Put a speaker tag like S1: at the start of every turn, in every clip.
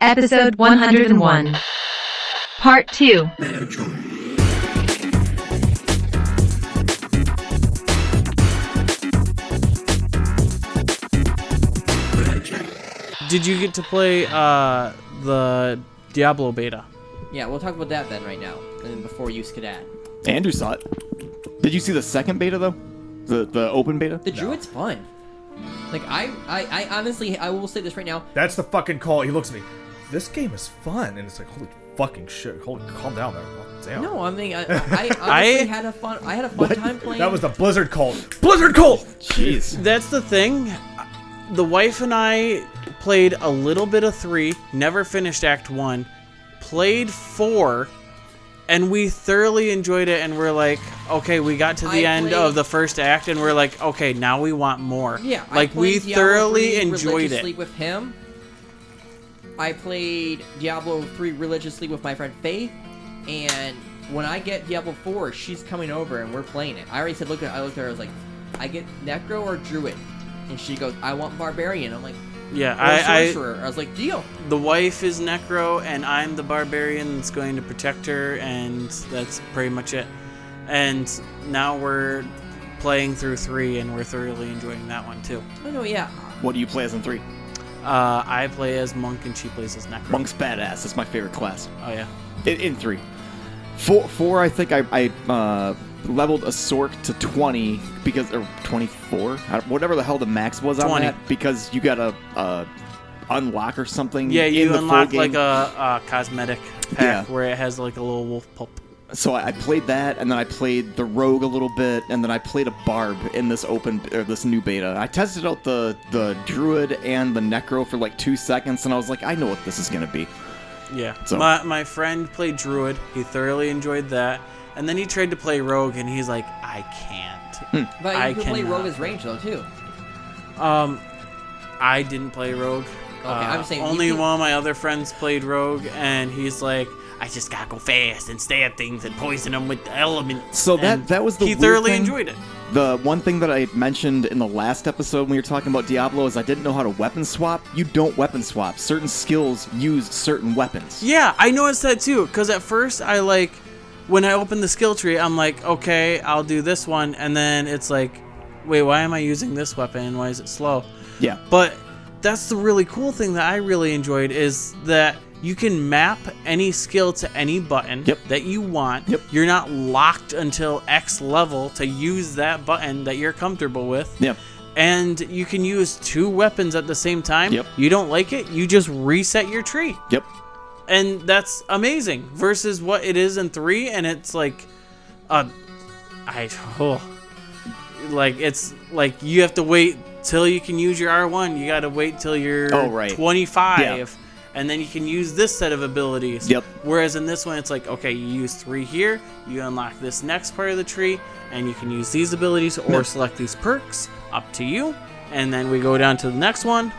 S1: Episode 101. Part 2.
S2: Did you get to play uh, the Diablo beta?
S3: Yeah, we'll talk about that then right now, and then before you skedat.
S4: Andrew saw it. Did you see the second beta though? The the open beta?
S3: The druid's fun. Like I, I, I honestly, I will say this right now.
S5: That's the fucking call. He looks at me. This game is fun, and it's like, holy fucking shit. Holy, calm down there. Oh, damn.
S3: No, I mean, I, I, I honestly
S2: I-
S3: had a fun, I had a fun time playing.
S5: That was the Blizzard cult. Blizzard cult.
S4: Jeez.
S2: That's the thing. The wife and I played a little bit of 3, never finished Act 1, played 4, and we thoroughly enjoyed it. And we're like, okay, we got to the
S3: I
S2: end
S3: played-
S2: of the first act, and we're like, okay, now we want more.
S3: yeah. I
S2: Like, we
S3: played Diablo
S2: thoroughly
S3: 3
S2: enjoyed
S3: religiously
S2: it.
S3: with him. I played Diablo three religiously with my friend Faith, and when I get Diablo four, she's coming over and we're playing it. I already said, look, at, I looked at her, I was like, I get necro or druid, and she goes, I want barbarian. I'm like,
S2: Yeah,
S3: or
S2: I, I,
S3: sorcerer. I was like, deal.
S2: the wife is Necro, and I'm the barbarian that's going to protect her, and that's pretty much it. And now we're playing through three, and we're thoroughly enjoying that one too.
S3: Oh no, yeah.
S4: What do you play as in three?
S2: Uh, I play as monk, and she plays as Necro.
S4: Monk's badass. That's my favorite class.
S2: Oh yeah.
S4: In, in three. Four four. I think I I uh, leveled a sork to twenty because or twenty four. Whatever the hell the max was on
S2: 20.
S4: that because you got to uh, unlock or something.
S2: Yeah,
S4: in
S2: you
S4: the full
S2: unlock like
S4: game.
S2: a, a cosmetic
S4: Yeah.
S2: pack where it has like a little wolf pup.
S4: so I, I played that, and then I played the rogue a little bit, and then I played a barb in this open or this new beta. I tested out the the druid and the necro for like two seconds, and I was like, I know what this is gonna be.
S2: Yeah.
S4: So-
S2: My my friend played druid. He thoroughly enjoyed that, and then he tried to play rogue, and he's like, I can't.
S4: Hmm.
S3: But you
S2: I
S3: can play
S2: cannot.
S3: Rogue as range though too.
S2: Um, I didn't play Rogue. Uh,
S3: Okay, I'm saying you
S2: only
S3: can-
S2: one of my other friends played Rogue, and he's like, I just gotta go fast and stab things and poison them with the elements.
S4: So that-
S2: And
S4: that was the
S2: he
S4: weird
S2: thoroughly
S4: thing.
S2: enjoyed it.
S4: The one thing that I had mentioned in the last episode when we were talking about Diablo is I didn't know how to weapon swap. You don't weapon swap. Certain skills use certain weapons.
S2: Yeah, I noticed that too. Cause at first I like, when I opened the skill tree, I'm like, okay, I'll do this one, and then it's like, wait, why am I using this weapon? Why is it slow?
S4: Yeah.
S2: But that's the really cool thing that I really enjoyed is that you can map any skill to any button
S4: Yep.
S2: that you want.
S4: Yep.
S2: You're not locked until X level to use that button that you're comfortable with.
S4: Yep.
S2: And you can use two weapons at the same time.
S4: Yep.
S2: You don't like it, you just reset your tree.
S4: Yep.
S2: And that's amazing versus what it is in 3 and it's like uh I oh, like it's like you have to wait till you can use your R1. You got to wait till you're
S4: Oh, right.
S2: 25
S4: Yeah.
S2: and then you can use this set of abilities.
S4: Yep.
S2: Whereas in this one it's like okay, you use 3 here, you unlock this next part of the tree and you can use these abilities or select these perks up to you and then we go down to the next one.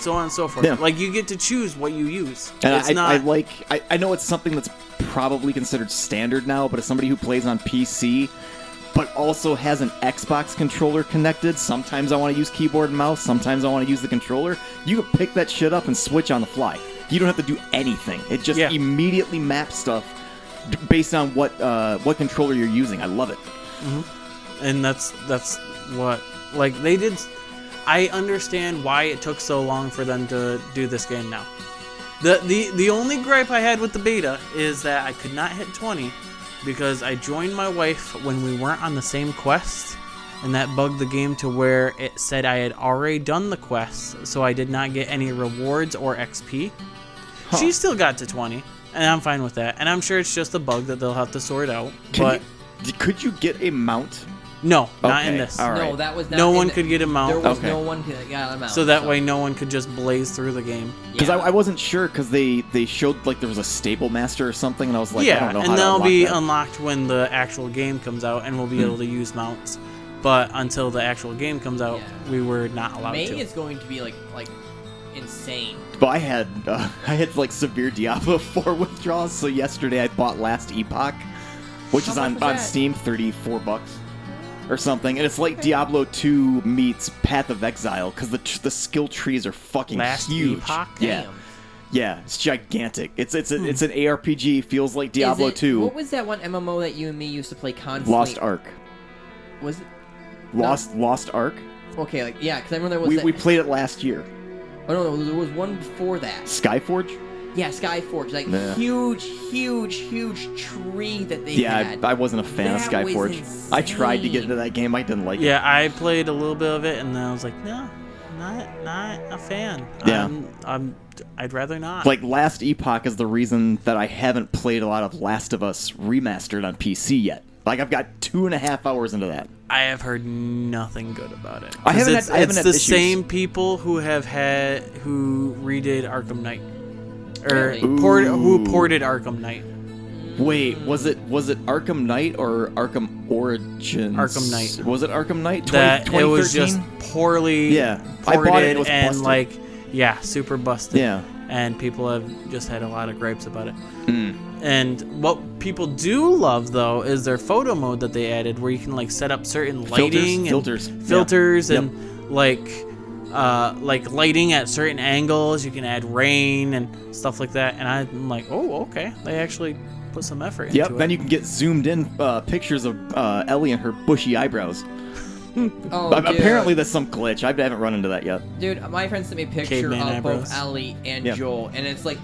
S2: So on and so forth.
S4: Yeah.
S2: Like you get to choose what you use.
S4: And
S2: it's
S4: I,
S2: not
S4: I like, I, I know it's something that's probably considered standard now, but as somebody who plays on PC, but also has an Xbox controller connected, sometimes I want to use keyboard and mouse, sometimes I want to use the controller. You can pick that shit up and switch on the fly. You don't have to do anything. It just
S2: Yeah.
S4: immediately maps stuff d- based on what uh, what controller you're using. I love it.
S2: and that's that's what like they did i understand why it took so long for them to do this game now the the the only gripe i had with the beta is that i could not hit 20 because i joined my wife when we weren't on the same quest and that bugged the game to where it said i had already done the quest so i did not get any rewards or xp she still got to 20 and i'm fine with that and i'm sure it's just a bug that they'll have to sort out
S4: Can
S2: but
S4: you- could you get a mount?
S2: no not in
S4: Okay,
S2: this
S4: all
S3: No,
S4: right.
S3: that was not
S2: No
S3: in
S2: one
S3: the-
S2: could get him out.
S3: There was
S4: Okay.
S3: no one could that got him out.
S2: So that way, no one could just blaze through the game.
S4: Because I, I wasn't sure because they they showed like there was a stable master or something, and I was like, I
S2: yeah,
S4: don't know how
S2: and
S4: to
S2: they'll
S4: unlock
S2: be
S4: that. Hmm.
S2: unlocked when the actual game comes out, and we'll be able to use mounts. But until the actual game comes out,
S3: Yeah.
S2: we were not allowed
S3: May
S2: to.
S3: is going to be like like insane.
S4: But I had uh, I had like severe Diablo 4 withdrawals, so yesterday I bought Last Epoch, which is
S3: How
S4: on,
S3: much was
S4: on
S3: that?
S4: Steam, 34 bucks or something, and it's like Diablo 2 meets Path of Exile because the tr- the skill trees are fucking
S2: Last
S4: huge.
S2: Epoch?
S4: Yeah,
S3: Damn.
S4: Yeah, it's gigantic. It's it's a, it's an ARPG. Feels like Diablo
S3: Hmm. Is it-
S4: Two.
S3: What was that one MMO that you and me used to play constantly?
S4: Lost Ark.
S3: Was it?
S4: Lost Lost Ark.
S3: Okay, like yeah, because I remember there was
S4: We,
S3: that,
S4: we played it last year.
S3: oh no, no, there was one before that.
S4: Skyforge.
S3: Yeah, Skyforge, like
S4: Yeah.
S3: huge, huge, huge tree that they
S4: Yeah,
S3: had.
S4: I, I wasn't a fan of
S3: That was
S4: Skyforge. I tried to get into that game. I didn't like it.
S2: Yeah, I played a little bit of it, and then I was like, no, not not a fan.
S4: Yeah.
S2: I'm, I'm I'd rather not.
S4: Like Last Epoch is the reason that I haven't played a lot of Last of Us remastered on PC yet. Like I've got two and a half hours into that.
S2: I have heard nothing good about it.
S4: I
S2: 'Cause
S4: haven't
S2: It's,
S4: had- I haven't
S2: it's
S4: had
S2: the
S4: issues.
S2: same people who have had who redid Arkham Knight, or
S3: Really?
S2: port, who
S4: Ooh.
S2: ported Arkham Knight.
S4: Wait, was it was it Arkham Knight or Arkham Origins?
S2: Arkham Knight.
S4: Was it Arkham Knight? 20,
S2: That it was just
S4: 2013?
S2: poorly
S4: Yeah. I bought
S2: ported
S4: it, it was
S2: and
S4: busted.
S2: like yeah, super busted.
S4: Yeah.
S2: and people have just had a lot of gripes about it.
S4: Mm.
S2: And what people do love though is their photo mode that they added, where you can like set up certain lighting, and
S4: filters, yeah.
S2: filters,
S4: Yep.
S2: and like uh, like lighting at certain angles. You can add rain and stuff like that. And I'm like, oh, okay, they actually put some effort into
S4: Yep.
S2: it.
S4: Then you can get zoomed in uh, pictures of uh, Ellie and her bushy eyebrows.
S3: oh,
S4: But
S3: dude.
S4: Apparently, that's some glitch. I haven't run into that yet.
S3: dude, my friend sent me a picture
S2: Caveman
S3: of both
S2: eyebrows.
S3: Ellie and
S4: Yeah.
S3: Joel, and it's like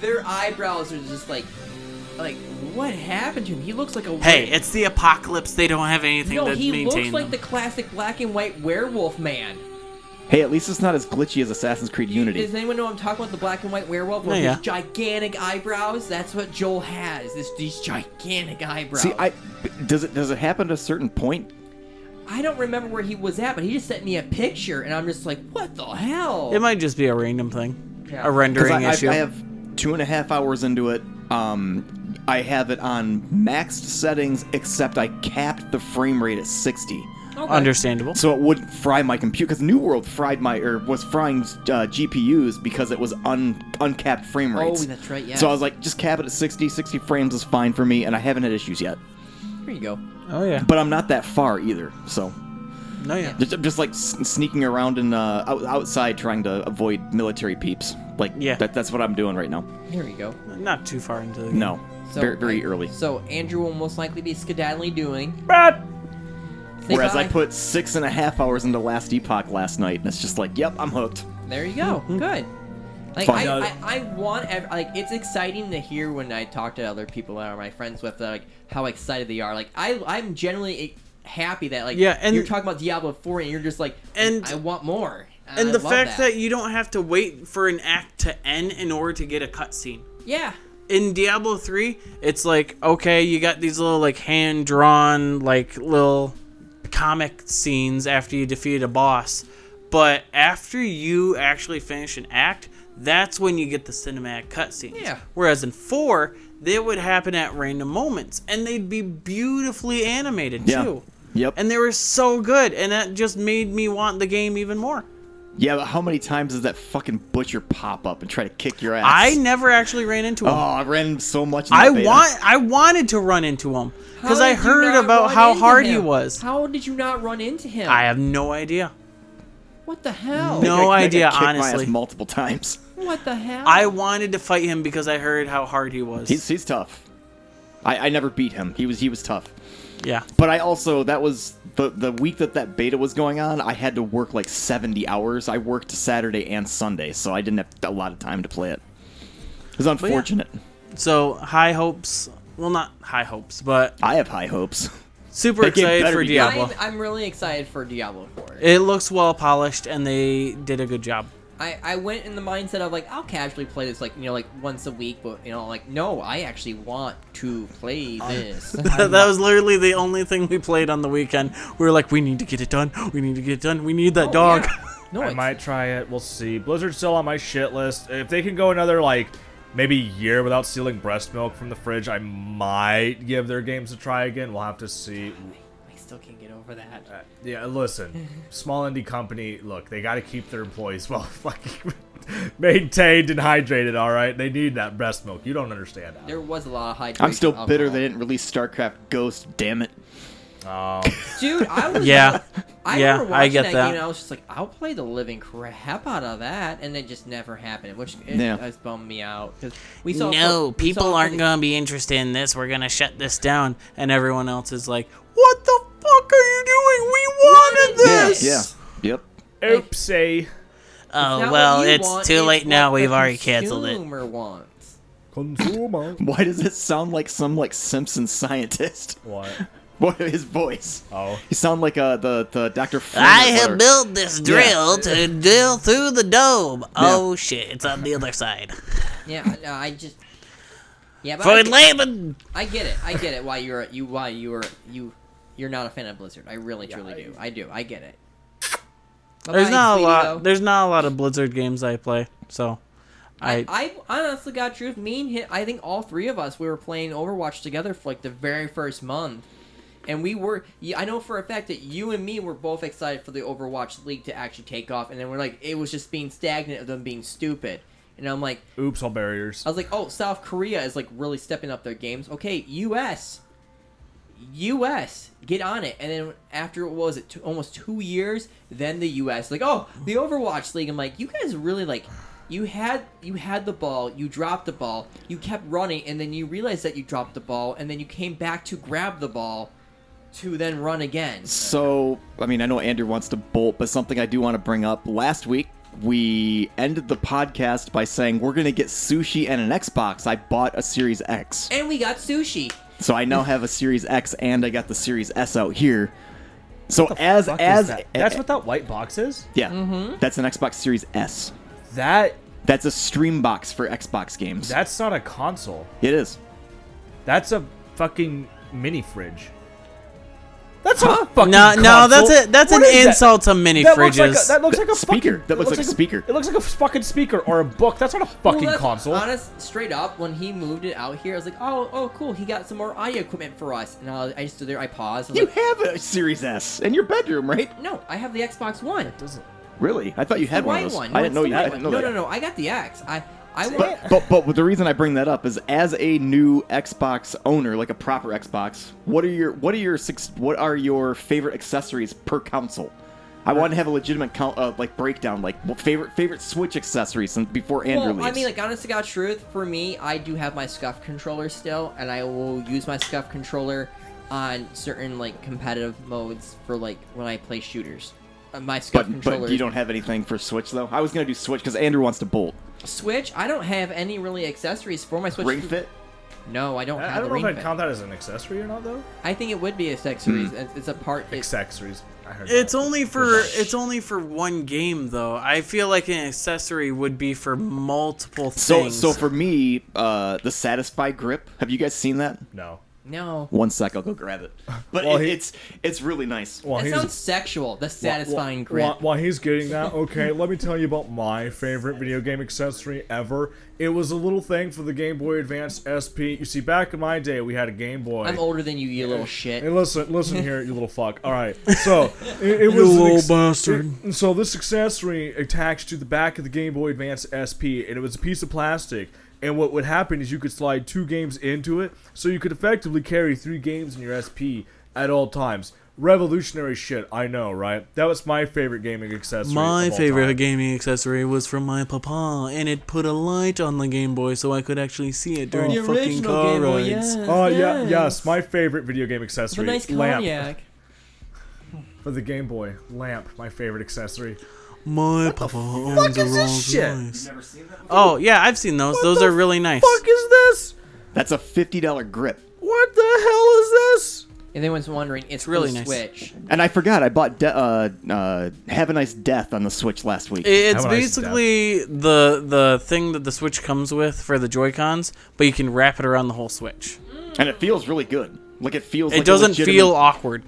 S3: their eyebrows are just like, like what happened to him? He looks like a
S2: hey, it's the apocalypse. They don't have anything
S3: no,
S2: to
S3: he looks
S2: maintain.
S3: like the
S2: them.
S3: classic black and white werewolf man.
S4: Hey, at least it's not as glitchy as Assassin's Creed Unity.
S3: Does anyone know I'm talking about the black and white werewolf with
S2: Yeah, yeah.
S3: his gigantic eyebrows? That's what Joel has. Is these gigantic eyebrows.
S4: See, I does it does it happen at a certain point?
S3: I don't remember where he was at, but he just sent me a picture, and I'm just like, what the hell?
S2: It might just be a random thing,
S3: Yeah.
S2: a
S4: 'Cause
S2: rendering
S4: I, I,
S2: issue.
S4: I have two and a half hours into it. Um, I have it on maxed settings, except I capped the frame rate at sixty,
S3: Okay.
S2: Understandable.
S4: so it wouldn't fry my computer. Because New World fried my or was frying uh, GPUs because it was un uncapped frame
S3: Oh,
S4: rates.
S3: that's right. Yeah.
S4: So I was like, just cap it at 60. 60 frames is fine for me, and I haven't had issues yet.
S3: here you go.
S2: Oh yeah,
S4: But I'm not that far either, so
S2: no yeah.
S4: just, I'm just like s- sneaking around and uh, out- outside trying to avoid military peeps. Like,
S2: Yeah.
S4: that, that's what I'm doing right now.
S3: Here we go.
S2: Not too far into the
S4: No,
S3: So
S4: very, very
S3: I-
S4: early.
S3: So Andrew will most likely be skedaddling doing.
S2: But
S3: Say
S4: Whereas I
S3: bye.
S4: put six and a half hours into Last Epoch last night, and it's just like, yep, I'm hooked.
S3: There you go.
S2: Mm-hmm.
S3: Good. Like
S4: Fun.
S3: I,
S4: No.
S3: I, I want ev- like it's exciting to hear when I talk to other people that are my friends with like how excited they are. Like I I'm generally e, happy that like
S2: Yeah, and-
S3: you're talking about Diablo 4 and you're just like
S2: And-
S3: I want more.
S2: and
S3: I
S2: the
S3: love
S2: fact that. you don't have to wait for an act to end in order to get a cutscene
S3: yeah
S2: in diablo 3 it's like okay you got these little like hand drawn like little comic scenes after you defeat a boss but after you actually finish an act that's when you get the cinematic cutscenes
S3: Yeah.
S2: whereas in 4 they would happen at random moments and they'd be beautifully animated
S4: Yeah.
S2: too
S4: Yep.
S2: and they were so good and that just made me want the game even more
S4: yeah, but how many times does that fucking butcher pop up and try to kick your ass?
S2: I never actually ran into him.
S4: Oh, I ran so much. In that
S2: I
S4: beta.
S2: want I wanted to run into him because
S3: How
S2: I
S3: did you
S2: heard
S3: not
S2: about
S3: run
S2: how
S3: into
S2: hard he
S3: him?
S2: was.
S3: How did you not run into him?
S2: I have no idea.
S3: what the hell?
S2: No.
S4: I think I
S2: idea,
S4: kicked my ass
S2: honestly.
S4: multiple times.
S3: What the hell?
S2: I wanted to fight him because I heard how hard he was.
S4: He's he's tough. I, I never beat him. He was he was tough.
S2: yeah.
S4: But I also that was the the week that that beta was going on. I had to work like seventy hours. I worked Saturday and Sunday, so I didn't have a lot of time to play it. It was unfortunate.
S2: So high hopes. Well, not high hopes, but
S4: I have high hopes.
S2: super
S4: That game
S2: excited
S4: better
S2: for
S4: be good.
S2: Diablo.
S3: I'm, I'm really excited for Diablo 4.
S2: It looks well polished, and they did a good job.
S3: I, I went in the mindset of like I'll casually play this like you know like once a week, but you know like no, I actually want to play
S4: Uh,
S3: this.
S2: that was literally the only thing we played on the weekend. We were like, we need to get it done. We need to get it done. We need that
S3: Oh,
S2: dog.
S3: yeah. No,
S5: I
S3: it's,
S5: might try it. We'll see. Blizzard's still on my shit list. If they can go another like maybe year without stealing breast milk from the fridge, I might give their games a try again. We'll have to see.
S3: I still can't get over that.
S5: Uh, yeah, listen, small indie company. Look, they got to keep their employees well fucking maintained and hydrated. All right, they need that breast milk. You don't understand that.
S3: There was a lot of hydration.
S4: I'm
S6: oh,
S4: still bitter
S3: alcohol.
S4: they didn't release StarCraft Ghost. Damn it.
S5: Um,
S3: Dude, I was
S2: Yeah.
S3: I
S2: Yeah,
S3: remember
S2: I
S3: watching
S2: get
S3: that,
S2: that.
S3: game. And I was just like, I'll play the living crap out of that, and it just never happened, which it
S4: Yeah.
S3: has bummed me out because we saw
S2: no,
S3: we
S2: people
S3: saw-
S2: aren't going to be interested in this. We're going to shut this down. And everyone else is like, what the fuck are you doing? We wanted this!
S4: Yeah. Yep.
S6: Oopsie.
S3: It's not
S2: Oh,
S3: what
S2: well,
S3: you
S2: it's
S3: want,
S2: too late
S3: what
S2: now.
S3: the
S2: We've already canceled it.
S3: Consumer wants.
S6: Consumer.
S4: Why does it sound like some like Simpson scientist?
S6: what?
S4: What his voice?
S6: Oh.
S4: You sound like uh the the Doctor.
S2: I have built this drill to drill through the dome. Oh
S4: Oh,
S2: shit, it's on the other side.
S3: Yeah, no, I just. Yeah, but I
S2: For
S3: get,
S2: Laban!
S3: I get it. I get it. Why you're you why you're you you're not a fan of Blizzard. I really truly do. I do. I get it.
S2: There's
S3: Bye-bye,
S2: not a
S3: sweetie,
S2: lot.
S3: though.
S2: There's not a lot of Blizzard games I play, so I,
S3: I honestly got truth. Me and him, I think all three of us, we were playing Overwatch together for like the very first month, and we were. y- I know for a fact that you and me were both excited for the Overwatch League to actually take off, and then we're like, it was just being stagnant of them being stupid. And I'm like,
S6: Oops, all barriers.
S3: I was like, oh, South Korea is like really stepping up their games. Okay, U.S. U.S. get on it. And then after what was it, two, almost two years, then the U.S. like, oh, the Overwatch League. I'm like, you guys really like, you had you had the ball, you dropped the ball, you kept running, and then you realized that you dropped the ball, and then you came back to grab the ball, to then run again.
S4: So, I mean, I know Andrew wants to bolt, but something I do want to bring up. Last week, we ended the podcast by saying we're going to get sushi and an Xbox. I bought a Series X.
S3: And we got sushi.
S4: So I now have a Series X and I got the Series S out here. So as as
S6: That's what that white box is?
S4: Yeah.
S2: Mm-hmm.
S4: That's an Xbox Series S.
S6: That
S4: That's a stream box for Xbox games.
S6: that's not a console.
S4: it is.
S6: That's a fucking mini fridge. That's not a fucking
S2: no, no,
S6: console.
S2: that's it. That's
S6: What
S2: an
S6: is that?
S2: insult to mini
S6: That looks
S2: fridges.
S6: like a, that looks like a
S4: Speaker.
S6: Fucking,
S4: That looks
S6: it
S4: like a speaker.
S6: It looks like a fucking speaker or a book. That's not a fucking
S3: Well, that's
S6: console.
S3: Honest, straight up, when he moved it out here, I was like, oh, oh, cool. He got some more audio equipment for us. And I, was- I just stood there, I paused. I was
S4: You
S3: like,
S4: have a Series S in your bedroom, right?
S3: no, I have the Xbox One.
S6: Doesn't-
S4: Really? I thought you had
S3: the
S4: one
S3: white
S4: of those.
S3: one.
S4: I
S3: No,
S4: didn't
S3: it's
S4: know
S3: the
S4: you.
S3: white
S4: I didn't know
S3: one.
S4: that.
S3: No, no, no. I got the X. I, I want.
S4: But, but but the reason I bring that up is as a new Xbox owner, like a proper Xbox, what are your what are your six what are your favorite accessories per console? I want to have a legitimate count, uh, like breakdown, like what favorite favorite Switch accessories since before Andrew
S3: Well,
S4: leaves.
S3: I mean, like, honest to God truth, for me, I do have my scuff controller still, and I will use my scuff controller on certain, like, competitive modes for, like, when I play shooters. Uh, My scuff
S4: but
S3: controller.
S4: but you don't have anything for Switch though. I was gonna do Switch because Andrew wants to bolt
S3: Switch, I don't have any really accessories for my Switch.
S4: Ring Fit.
S3: No, I don't have
S6: I, I
S3: the
S6: don't know
S3: ring
S6: if I'd
S3: fit.
S6: count that as an accessory or not, though.
S3: I think it would be
S6: Hmm.
S3: accessories. It's, it's a part. It's,
S6: Accessories. I heard
S2: It's
S6: that.
S2: only for it's only for one game though. I feel like an accessory would be for multiple
S4: So
S2: things.
S4: so for me, uh, the Satisfy Grip. Have you guys seen that?
S6: no.
S3: no.
S4: One sec, I'll go grab it. But
S6: Well,
S4: it-
S6: he-
S4: it's it's really nice.
S6: Well,
S3: That
S6: here's-
S3: sounds sexual. The satisfying grip.
S6: While, while he's getting that, okay, let me tell you about my favorite video game accessory ever. It was a little thing for the Game Boy Advance SP. You see, back in my day, we had a Game Boy.
S3: I'm older than you, you little shit.
S6: And listen, listen here, you little fuck. All right, so it, it was an
S2: little
S6: ex-
S2: bastard.
S6: it- so this accessory attached to the back of the Game Boy Advance SP, and it was a piece of plastic. And what would happen is you could slide two games into it, so you could effectively carry three games in your SP at all times. Revolutionary shit, I know, right? That was my favorite gaming accessory.
S2: my
S6: of all
S2: favorite
S6: time.
S2: gaming accessory was from my papa, and it put a light on the Game Boy so I could actually see it during
S3: The
S2: fucking
S3: original
S2: car
S3: Game Boy,
S2: rides.
S3: yeah.
S6: Oh yeah,
S3: Yes.
S6: yes, my favorite video game accessory. lamp for the Game Boy. Lamp, my favorite accessory.
S2: My papa owns a
S6: is this
S2: Rolls
S6: shit?
S2: Royce. Oh yeah, I've seen those. those
S6: the
S2: are really nice.
S6: Fuck is this?
S4: That's a fifty dollar grip.
S6: What the hell is this?
S3: And anyone's wondering, it's,
S2: really
S3: really
S2: nice.
S3: Switch.
S4: And I forgot I bought de- uh, uh, Have a Nice Death on the Switch last week.
S2: It's
S6: Have a nice
S2: basically the the thing that the Switch comes with for the Joy Cons, but you can wrap it around the whole Switch.
S4: and it feels really good. Like it feels.
S2: It
S4: like a
S2: doesn't
S4: legitimate-
S2: feel awkward.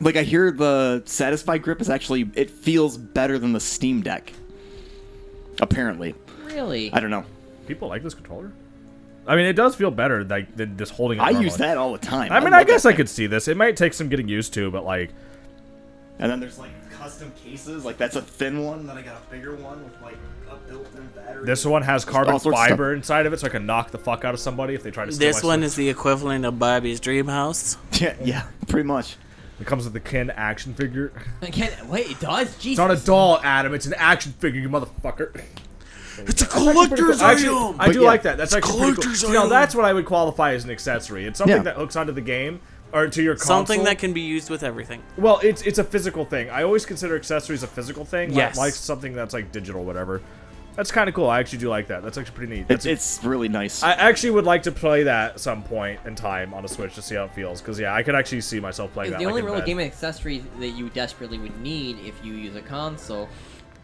S4: Like I hear the Satisfy grip is actually. It feels better than the Steam Deck. Apparently,
S3: Really?
S4: I don't know.
S6: People like this controller. I mean, it does feel better like than just holding. It
S4: I
S6: normally.
S4: use that all the time.
S6: I mean,
S4: love
S6: I guess
S4: that
S6: I
S4: thing.
S6: could see this. It might take some getting used to, but like,
S4: And then there's like custom cases. Like that's a thin one. Then I got a bigger one with like a built-in battery.
S6: this one has carbon
S4: all sorts of
S6: fiber inside of it, so I can knock the fuck out of somebody if they try to. Steal
S2: This
S6: my
S2: one
S6: Switch.
S2: is the equivalent of Bobby's dream house.
S4: Yeah, yeah, pretty much.
S6: It comes with a Ken action figure.
S3: Again, wait, it does. Jesus.
S6: It's not a doll, Adam. It's an action figure, you motherfucker.
S2: It's a collector's
S6: Actually,
S2: item.
S6: I do
S4: yeah.
S6: like that. That's actually pretty cool.
S2: collector's
S6: See, now
S2: item.
S6: that's what I would qualify as an accessory. It's something
S4: Yeah.
S6: that hooks onto the game or to your console.
S2: Something that can be used with everything.
S6: Well, it's it's a physical thing. I always consider accessories a physical thing, like-
S2: Yes.
S6: like, something that's like digital, whatever. That's kind of cool. I actually do like that. That's actually pretty neat.
S4: It's,
S6: That's a-
S4: it's really nice.
S6: I actually would like to play that at some point in time on a Switch to see how it feels. Because yeah, I could actually see myself playing that.
S3: the
S6: like,
S3: only
S6: in
S3: real
S6: bed.
S3: gaming accessory that you desperately would need if you use a console,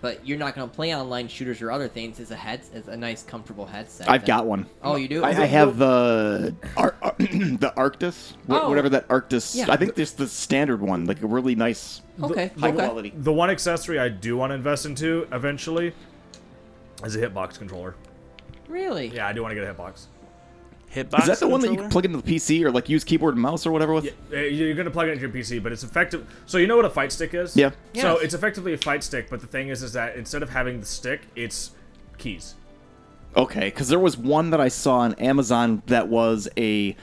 S3: but you're not going to play online shooters or other things, is a head, is a nice comfortable headset.
S4: I've
S3: that-
S4: got one.
S3: Oh, you do?
S4: I, I have the Ar- Ar- the Arctis, wh-
S3: Oh.
S4: whatever that Arctis.
S3: Yeah.
S4: I think there's the standard one, like a really nice,
S3: Okay.
S4: high
S3: okay.
S4: quality.
S6: The one accessory I do want to invest into eventually is a hitbox controller.
S3: Really?
S6: Yeah, I do want to get a hitbox.
S2: Hitbox.
S4: Is that the one that you
S2: controller?
S4: can plug into the PC or like use keyboard and mouse or whatever with?
S6: Uh, You're gonna plug it into your PC, but it's effective. So you know what a fight stick is?
S4: Yeah.
S6: So
S3: Yes.
S6: it's effectively a fight stick, but the thing is, is that instead of having the stick, it's keys.
S4: Okay, because there was one that I saw on Amazon that was a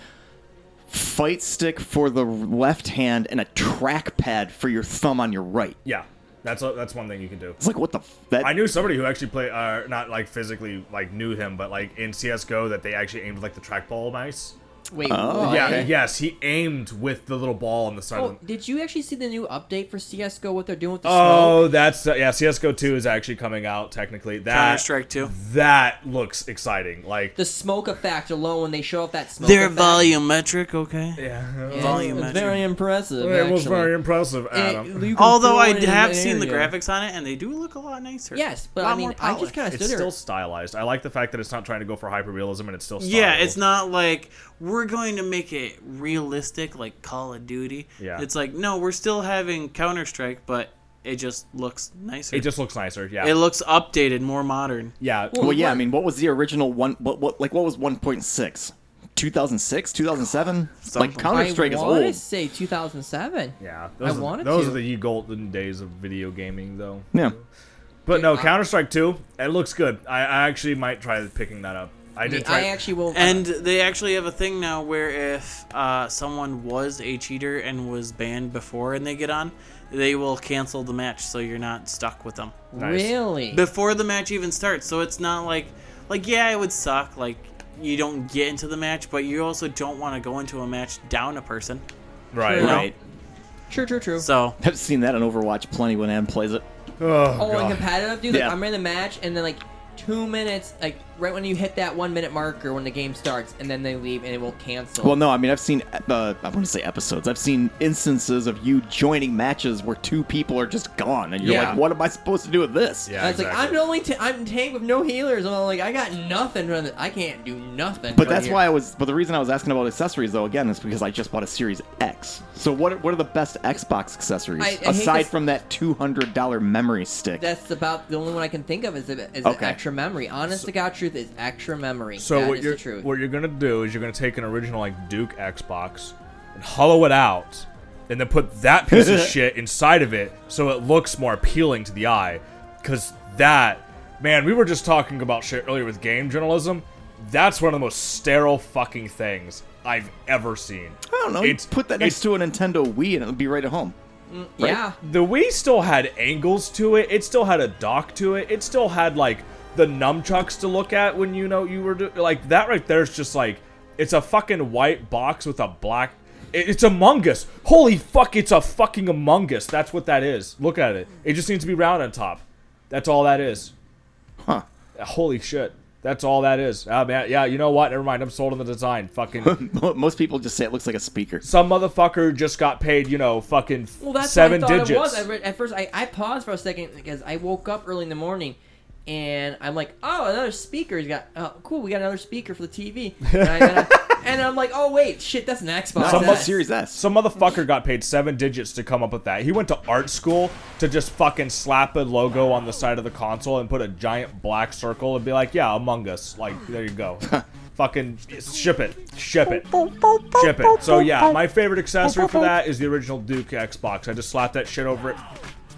S4: fight stick for the left hand and a trackpad for your thumb on your right.
S6: Yeah, that's a, that's one thing you can do.
S4: It's like what the f- that
S6: I knew somebody who actually played, uh, not like physically, like knew him, but like in CS:GO that they actually aimed with like the trackball mice.
S3: Wait.
S4: Oh,
S3: what?
S6: Yeah,
S4: okay.
S6: yes, he aimed with the little ball on the side.
S3: Oh,
S6: of the-
S3: did you actually see the new update for CS:GO? What they're doing with the smoke?
S6: Oh, that's uh, yeah. CS:GO 2 is actually coming out technically. That
S2: Counter-Strike 2.
S6: That looks exciting. Like
S3: The smoke effect alone, when they show off that smoke.
S2: They're
S3: effect,
S2: volumetric, okay?
S6: yeah,
S3: it's-
S2: volume,
S3: It's
S2: actually.
S3: very impressive.
S6: it was
S3: actually.
S6: very impressive, Adam.
S3: It- you can
S2: Although
S3: throw
S2: I
S3: it in
S2: have seen the
S3: area.
S2: graphics on it, and they do look a lot nicer.
S3: Yes,
S2: A
S3: but
S2: lot
S3: I mean,
S2: more
S3: I just
S2: polished.
S3: kind of
S6: It's
S3: stood
S6: still
S3: there.
S6: stylized. I like the fact that it's not trying to go for hyperrealism and it's still stylized.
S2: Yeah, it's not like we're going to make it realistic, like Call of Duty.
S6: Yeah.
S2: It's like no, we're still having Counter Strike, but it just looks nicer.
S6: It just looks nicer. Yeah.
S2: It looks updated, more modern.
S6: yeah.
S4: Well, yeah, I mean, what was the original one? What, what like what was 1.6? 2006, 2007?
S2: Something.
S4: Like Counter Strike
S3: I
S4: is
S3: wanna
S4: old.
S3: say 2007.
S6: yeah. Those, are,
S3: wanted
S6: those
S3: to.
S6: are the golden days of video gaming, though.
S4: Yeah.
S6: But no,
S3: I-
S6: Counter Strike 2, it looks good. I, I actually might try picking that up. I
S3: I,
S6: did
S3: mean,
S6: try.
S3: I actually will.
S2: And they actually have a thing now where if uh, someone was a cheater and was banned before and they get on, they will cancel the match so you're not stuck with them.
S6: Nice.
S3: really.
S2: Before the match even starts, so it's not like like yeah, it would suck like you don't get into the match, but you also don't want to go into a match down a person.
S6: right.
S2: No.
S4: Right.
S3: True, true, true.
S2: So
S4: I've seen that on Overwatch plenty when Am plays it.
S6: Oh,
S3: oh, in
S6: God.
S3: competitive, dude,
S4: Yeah.
S3: like, I'm in the match, and then like two minutes, like right when you hit that one minute marker when the game starts, and then they leave, and it will cancel.
S4: Well, no, I mean, I've seen, uh, I want to say episodes. I've seen instances of you joining matches where two people are just gone, and you're
S3: Yeah.
S4: like, what am I supposed to do with this?
S6: Yeah.
S3: And it's
S6: exactly.
S3: like I'm the only t- I'm tank with no healers, and I'm like I got nothing. Running. I can't do nothing.
S4: But that's
S3: here.
S4: why I was, but the reason I was asking about accessories, though, again, is because I just bought a Series X. So what are, what are the best Xbox accessories?
S3: I- I hate
S4: aside
S3: this-
S4: from that $200 memory stick.
S3: That's about the only one I can think of is, a, is
S4: Okay.
S3: extra memory. Honest to God, truth is extra memory.
S6: So
S3: That
S6: what
S3: is
S6: you're
S3: the truth.
S6: what you're gonna do is you're gonna take an original like Duke Xbox and hollow it out, and then put that piece of shit inside of it so it looks more appealing to the eye. Cause that man, we were just talking about shit earlier with game journalism. That's one of the most sterile fucking things I've ever seen.
S4: I don't know.
S6: It's
S4: you put that next
S6: it's-
S4: to a Nintendo Wii, and it would be right at home. right?
S3: Yeah.
S6: the Wii still had angles to it. It still had a dock to it. It still had like the nunchucks to look at when you know you were do- like that right there is just like it's a fucking white box with a black. it- It's Among Us. Holy fuck! It's a fucking Among Us. That's what that is. Look at it. It just needs to be round on top. That's all that is.
S4: Huh.
S6: Holy shit. That's all that is. Ah man, yeah. You know what? Never mind. I'm sold on the design. Fucking
S4: Most people just say it looks like a speaker.
S6: some motherfucker just got paid. You know, fucking
S3: Well, that's
S6: seven
S3: what I thought
S6: digits.
S3: it was. I read, at first, I, I paused for a second because I woke up early in the morning, and I'm like, oh, another speaker. You got oh, cool. We got another speaker for the TV. And, I, and, I, am like, oh wait, shit, that's an Xbox.
S4: Some
S3: S."
S4: Series S.
S6: Some motherfucker got paid seven digits to come up with that. He went to art school to just fucking slap a logo on the side of the console and put a giant black circle and be like, yeah, Among Us. Like, there you go. fucking ship it. Ship it. Ship it. So, yeah, my favorite accessory for that is the original Duke Xbox. I just slapped that shit over it.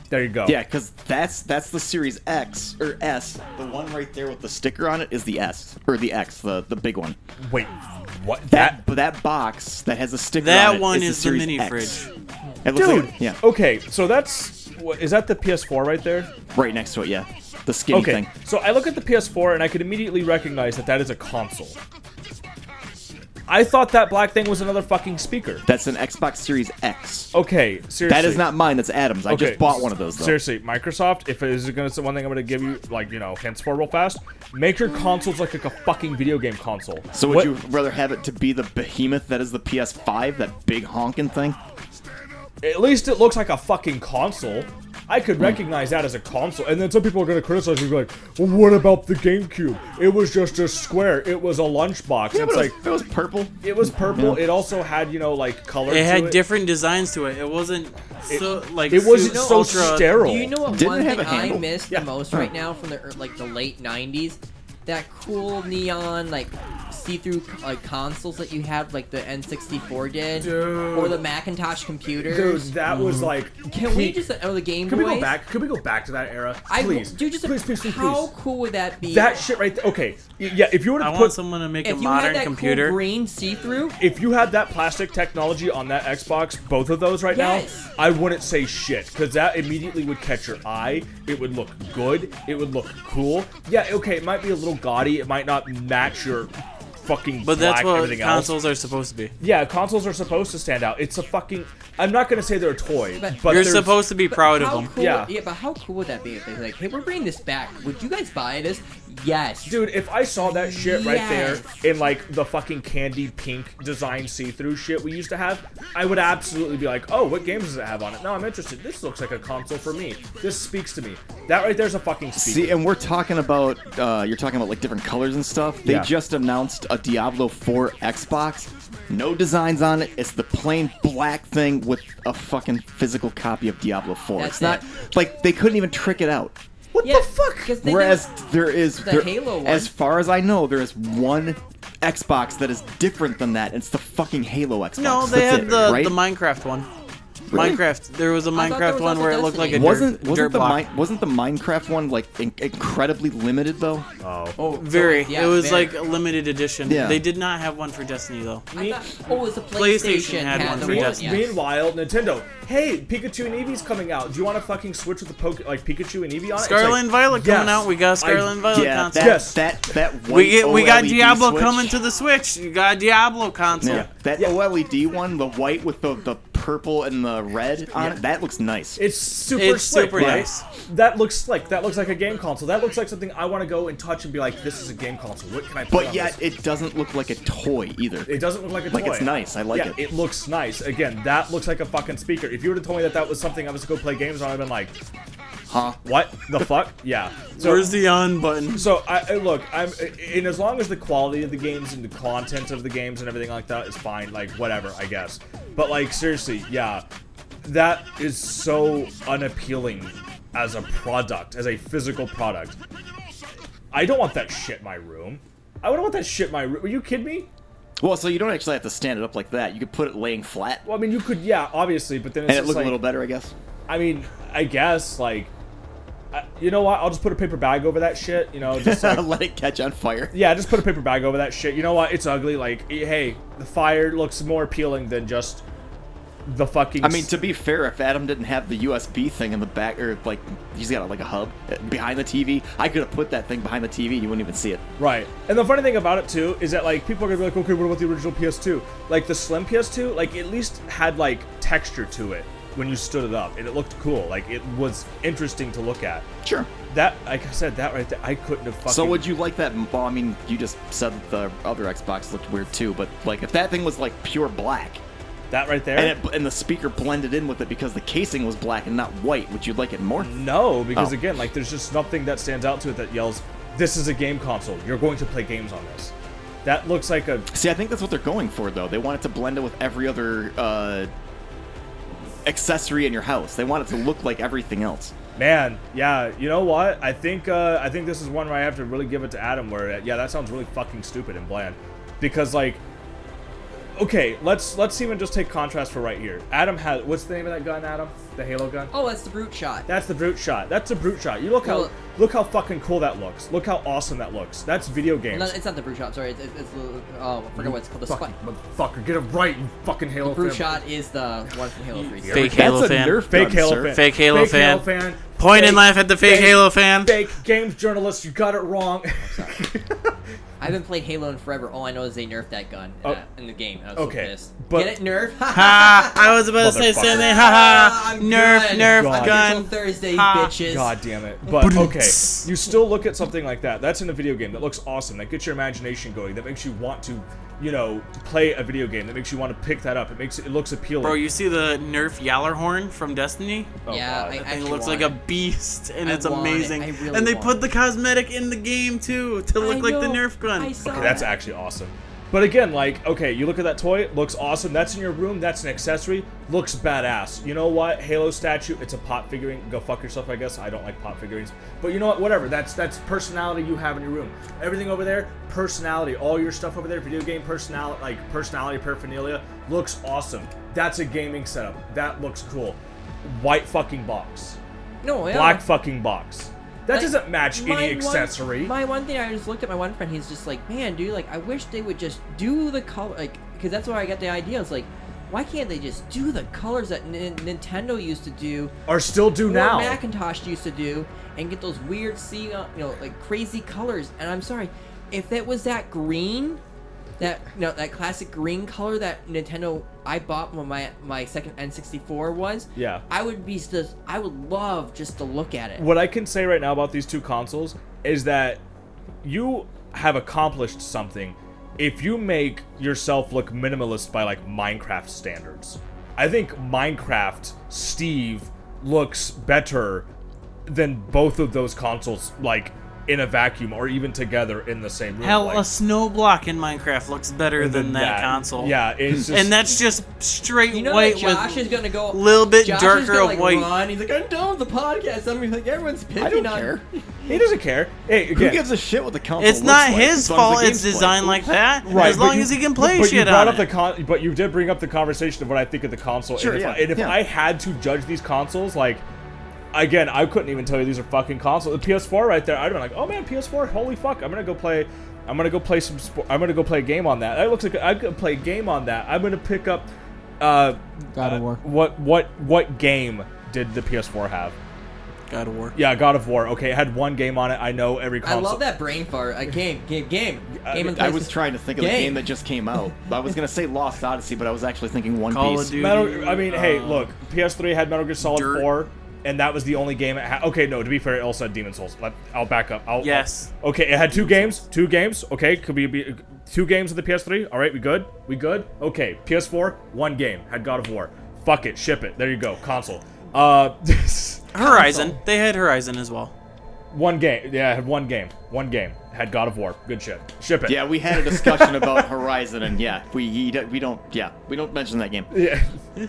S6: There you go.
S4: Yeah, because that's that's the Series X or S. The one right there with the sticker on it is the S or the X, the the big one.
S6: Wait, what?
S4: That
S6: That.
S4: that box that has a sticker.
S2: That
S4: on it
S2: one
S4: the
S2: is the
S4: Series
S2: mini
S4: X.
S2: fridge.
S4: And It looks
S6: Dude.
S4: like- yeah,
S6: Okay, so that's what is that the PS4 right there?
S4: right next to it. Yeah, the skinny
S6: okay.
S4: thing.
S6: So I look at the PS4 and I could immediately recognize that that is a console. I thought that black thing was another fucking speaker.
S4: That's an Xbox Series X.
S6: Okay, seriously.
S4: That is not mine. That's Adam's. I
S6: Okay,
S4: just bought one of those though.
S6: Seriously, Microsoft, if it is going to one thing I'm going to give you, like, you know, hints for real fast, make your consoles like, a fucking video game console.
S4: So would
S6: What-
S4: you rather have it to be the behemoth that is the PS5, that big honking thing?
S6: At least it looks like a fucking console. I
S4: Hmm.
S6: could recognize that as a console. And then some people are going to criticize me like, well, what about the GameCube? It was just a square. It was a lunchbox.
S4: Yeah,
S6: it's
S4: but
S6: like,
S4: it, was, it was purple.
S6: it was purple.
S4: Yeah.
S6: It also had, you know, like color.
S2: It
S6: to
S2: had
S6: it.
S2: different designs to it. It wasn't so like
S6: It wasn't
S2: su-
S6: so
S2: ultra-
S6: sterile.
S3: Do you know what
S4: Didn't
S3: one
S4: it have
S3: thing
S4: a
S3: I
S4: handle?
S3: miss
S6: Yeah.
S3: the most right now from the ear- like the late '90s? That cool neon like see-through like consoles that you had, like the N64 did, or the Macintosh
S6: Dude,
S3: computers.
S6: that was like.
S3: Can we just oh the Game
S6: Can we
S3: Boy?
S6: go back? Can we go back to that era,
S3: I
S6: please?
S3: dude, just
S6: please, please, please,
S3: how
S6: please.
S3: cool would that be?
S6: That shit right there. Okay, y- yeah. If you would
S2: I
S6: have
S2: want
S6: put
S2: someone to make a
S3: if you had
S2: modern
S3: that
S2: computer.
S3: cool green see-through,
S6: if you had that plastic technology on that Xbox, both of those right
S3: Yes.
S6: now, I wouldn't say shit because that immediately would catch your eye. It would look good. It would look cool. Yeah, okay, it might be a little gaudy. It might not match your fucking
S2: but
S6: black
S2: that's what
S6: everything else.
S2: consoles are supposed to be.
S6: Yeah, consoles are supposed to stand out. It's a fucking. I'm not gonna say they're a toy,
S3: But-
S6: but,
S2: You're
S6: there's-
S2: supposed to be
S3: But
S2: proud of
S3: how
S2: them.
S3: Cool,
S6: Yeah.
S3: but how cool would that be if they were like, hey, we're bringing this back. Would you guys buy this? Yes.
S6: Dude, if I saw that shit right
S3: Yes.
S6: there in like the fucking candy pink design see-through shit we used to have, I would absolutely be like, "Oh, what games does it have on it?" No, I'm interested. This looks like a console for me. This speaks to me. That right there's a fucking speaker.
S4: See, and we're talking about uh, you're talking about like different colors and stuff. They
S6: Yeah.
S4: just announced a Diablo 4 Xbox. No designs on it. It's the plain black thing with a fucking physical copy of Diablo 4.
S3: That's
S4: it's not like they couldn't even trick it out.
S6: what
S3: Yeah,
S6: the fuck?
S3: 'cause they
S4: Whereas
S3: didn't-
S4: there is
S3: The
S4: there-
S3: Halo one.
S4: as far as I know, there is one Xbox that is different than that. It's the fucking Halo Xbox.
S2: No, they
S4: That's
S2: had
S4: it,
S2: the
S4: right?
S2: the Minecraft one.
S4: Really?
S2: Minecraft. There was a
S3: thought there
S2: Minecraft
S3: was
S2: one
S3: also
S2: where it looked like a
S3: Destiny.
S2: dirt,
S4: Wasn't wasn't
S2: dirt
S4: the
S2: block.
S4: mine wasn't the Minecraft one like in- incredibly limited though?
S3: Oh, so-
S2: Very.
S3: yeah,
S2: it was
S3: very.
S2: like a limited edition.
S4: Yeah.
S2: They did not have one for Destiny though.
S3: I thought, oh, it's a
S2: PlayStation
S3: PlayStation,
S2: had one
S3: the
S2: for
S3: one,
S2: Destiny.
S3: yeah.
S6: Meanwhile, Nintendo, hey, Pikachu and Eevee's coming out. Do you want to fucking switch with the poke like Pikachu and Eevee on it? It's
S2: Scarlet
S6: like,
S2: and Violet
S6: yes,
S2: coming out. We got
S6: I-
S2: Scarlet and Violet
S4: Yeah,
S2: Oh, console.
S4: that, Oh,
S6: Yes.
S4: that that white
S2: we get, we got
S4: OLED
S2: Diablo
S4: switch.
S2: coming to the Switch. You got a Diablo console.
S4: Yeah, that OLED one, the white with the, the purple and the red on it, that looks nice.
S6: It's super
S2: It's
S6: slick,
S2: super
S6: right?
S2: nice.
S6: That looks slick. That looks like a game console. That looks like something I want to go and touch and be like, "This is a game console. What can I?" Put
S4: but
S6: on
S4: yet
S6: this?
S4: it doesn't look like a toy either.
S6: It doesn't look like a
S4: Like,
S6: toy.
S4: it's nice. I like
S6: yeah,
S4: it.
S6: It looks nice. Again, that looks like a fucking speaker. If you would have told me that that was something I was to go play games on, I'd been like,
S4: huh?
S6: "What the fuck?" Yeah. So,
S2: Where's the on button?
S6: so I I- look. I'm and as long as the quality of the games and the content of the games and everything like that is fine, like whatever, I guess. But like seriously, yeah, that is so unappealing as a product, as a physical product. I don't want that shit in my room. I wouldn't want that shit in my room. Are you kidding me?
S4: Well, so you don't actually have to stand it up like that. You could put it laying flat,
S6: Well, I mean, you could, yeah, obviously, but then it's
S4: and it
S6: just
S4: look
S6: like,
S4: a little better, I guess.
S6: I mean, I guess like, I, you know what? I'll just put a paper bag over that shit. You know, just like,
S4: Let it catch on fire.
S6: yeah, just put a paper bag over that shit. You know what? It's ugly. Like, eh, hey, the fire looks more appealing than just the fucking.
S4: I mean, to be fair, if Adam didn't have the USB thing in the back, or like he's got like a hub uh, behind the TV, I could have put that thing behind the TV. You wouldn't even see it.
S6: right. And the funny thing about it too is that like people are gonna be like, okay, what about the original PS2? Like the slim PS2, like at least had like texture to it when you stood it up, and it looked cool. Like it was interesting to look at.
S4: Sure.
S6: That, like I said, that right there, I couldn't have fucking.
S4: So would you like that? Well, I mean, you just said that the other Xbox looked weird too, but like if that thing was like pure black
S6: that right there?
S4: and it, and the speaker blended in with it because the casing was black and not white, would you like it more?
S6: No, because
S4: Oh.
S6: again, like there's just nothing that stands out to it that yells, "This is a game console. You're going to play games on this." That looks like a
S4: See, I think that's what they're going for though. They want it to blend it with every other uh, accessory in your house. They want it to look like everything else.
S6: man. Yeah, you know what? I think uh, I think this is one where I have to really give it to Adam. Where uh, yeah, that sounds really fucking stupid and bland, because like, okay, let's let's even just take contrast for right here. Adam has what's the name of that gun? Adam, the Halo gun.
S3: Oh, that's the brute shot.
S6: That's the brute shot. That's a brute shot. You look how
S3: Well-
S6: look how fucking cool that looks. Look how awesome that looks. That's video games.
S3: No, it's not the brew shot. Sorry, it's, it's, it's the- oh, I forgot what it's called. The,
S6: fucking
S3: spi-
S6: motherfucker, get it right, you fucking Halo
S3: the brew
S6: fan.
S3: shot is the one from Halo Three.
S2: Fake
S4: That's
S2: Halo
S4: a
S2: fan.
S4: Nerf
S6: Fake
S4: gun,
S6: Halo
S4: sir.
S6: fan.
S2: Fake Halo fan. Point and
S6: Fake-
S2: laugh at the fake Halo fan.
S6: Fake games journalist, you got it wrong.
S3: I haven't played Halo in forever. All I know is they nerfed that gun in,
S6: Oh.
S3: that- in the game. I was
S6: Okay,
S3: so pissed.
S6: but-
S3: Get it nerfed?
S2: Ha! I was about to say
S6: Motherfucker.
S2: something. Ha ha!
S3: Ah, I'm
S2: Nerf,
S3: good.
S2: nerf,
S6: God.
S3: Until
S2: gun.
S3: Thursday,
S2: Ha.
S3: bitches.
S6: God damn it. But okay, you still look at something like that. That's in a video game. That looks awesome. That gets your imagination going. That makes you want to, you know, play a video game. That makes you want to pick that up. It makes it, it looks appealing.
S2: Bro, you see the Nerf Yallerhorn from Destiny?
S6: Oh,
S3: yeah, I
S6: God.
S2: That thing
S3: actually
S2: looks
S3: want
S2: like a
S3: it.
S2: beast, and
S3: I
S2: it's
S3: want it.
S2: amazing.
S3: I really
S2: and they
S3: want
S2: put
S3: it.
S2: the cosmetic in the game too to look
S3: I
S2: like the
S3: know.
S2: Nerf gun.
S3: I saw
S6: Okay, that's
S3: that.
S6: actually awesome. But again, like, okay, you look at that toy, it looks awesome. That's in your room, that's an accessory, looks badass. You know what? Halo statue, it's a pop figurine. Go fuck yourself, I guess. I don't like pop figurines. But you know what? Whatever. That's that's personality you have in your room. Everything over there, personality. All your stuff over there, video game personality like personality paraphernalia, looks awesome. That's a gaming setup. That looks cool. White fucking box.
S3: No, yeah.
S6: Black fucking box. That
S3: Like,
S6: doesn't match
S3: my
S6: any accessory.
S3: One, my one thing, I just looked at my one friend. He's just like, man, dude, like I wish they would just do the color, like, because that's where I got the idea. It's like, why can't they just do the colors that N- Nintendo used to do,
S6: or still do
S3: or
S6: now.
S3: Macintosh used to do, and get those weird, see, you know, like crazy colors? And I'm sorry, if it was that green. That you know, that classic green color that Nintendo I bought when my my second N64 was.
S6: Yeah.
S3: I would be just I would love just to look at it.
S6: what I can say right now about these two consoles is that you have accomplished something if you make yourself look minimalist by like Minecraft standards. I think Minecraft Steve looks better than both of those consoles like in a vacuum or even together in the same room.
S2: Hell,
S6: like,
S2: a snow block in Minecraft looks better than, that, console.
S6: Yeah, it's just
S2: and that's just straight
S3: You know
S2: white
S3: that Josh
S2: with
S3: is gonna go
S2: little bit
S3: Josh
S2: darker
S3: is gonna, like,
S2: of white.
S3: Run. He's like, I'm done with the podcast. I'm like, everyone's picking
S4: I don't
S3: on.
S4: care.
S6: he doesn't care. Hey,
S4: Who
S6: again,
S4: gives a shit what the console
S2: It's
S4: looks
S2: not
S4: like,
S2: his
S4: as long as the
S2: fault. It's
S4: game's played?
S2: designed like that.
S6: Right,
S2: as
S6: but
S2: long
S6: you-
S2: as he can play
S6: but you
S2: shit on
S6: brought up the
S2: it.
S6: con- but you did bring up the conversation of what I think of the console.
S4: Sure,
S6: and if,
S4: yeah,
S6: I, and if
S4: yeah.
S6: I had to judge these consoles, like again, I couldn't even tell you these are fucking consoles. The PS4 right there, I'd have been like, oh man, PS4, holy fuck, I'm gonna go play. I'm gonna go play some. Sp- I'm gonna go play a game on that. That looks like I could play a game on that. I'm gonna pick up. Uh,
S7: God of
S6: uh,
S7: War.
S6: What what what game did the PS4 have?
S2: God of War.
S6: Yeah, God of War. Okay, it had one game on it. I know every
S3: I
S6: console.
S3: love that brain fart. A game, game, game, game. and
S4: I
S3: place-
S4: was trying to think of the
S3: Game.
S4: game that just came out. I was gonna say Lost Odyssey, but I was actually thinking One
S2: Call
S4: Piece.
S2: of Duty.
S6: Metal, I mean, hey,
S2: uh,
S6: look, PS3 had Metal Gear Solid
S2: Dirt.
S6: 4, and that was the only game it had. Okay, no, to be fair, it also had Demon Souls. Let, I'll back up. I'll,
S2: Yes.
S6: I'll- okay, it had two games. Two games. Okay, could we be two games of the PS3? All right, we good? We good? Okay, PS4, one game. Had God of War. Fuck it, ship it. There you go, console. Uh,
S2: Horizon. They had Horizon as well.
S6: one game. Yeah, I had one game. One game. Had God of War. Good shit. Ship it.
S4: Yeah, we had a discussion about Horizon, and yeah, we he d- we don't yeah we don't mention that game.
S6: Yeah.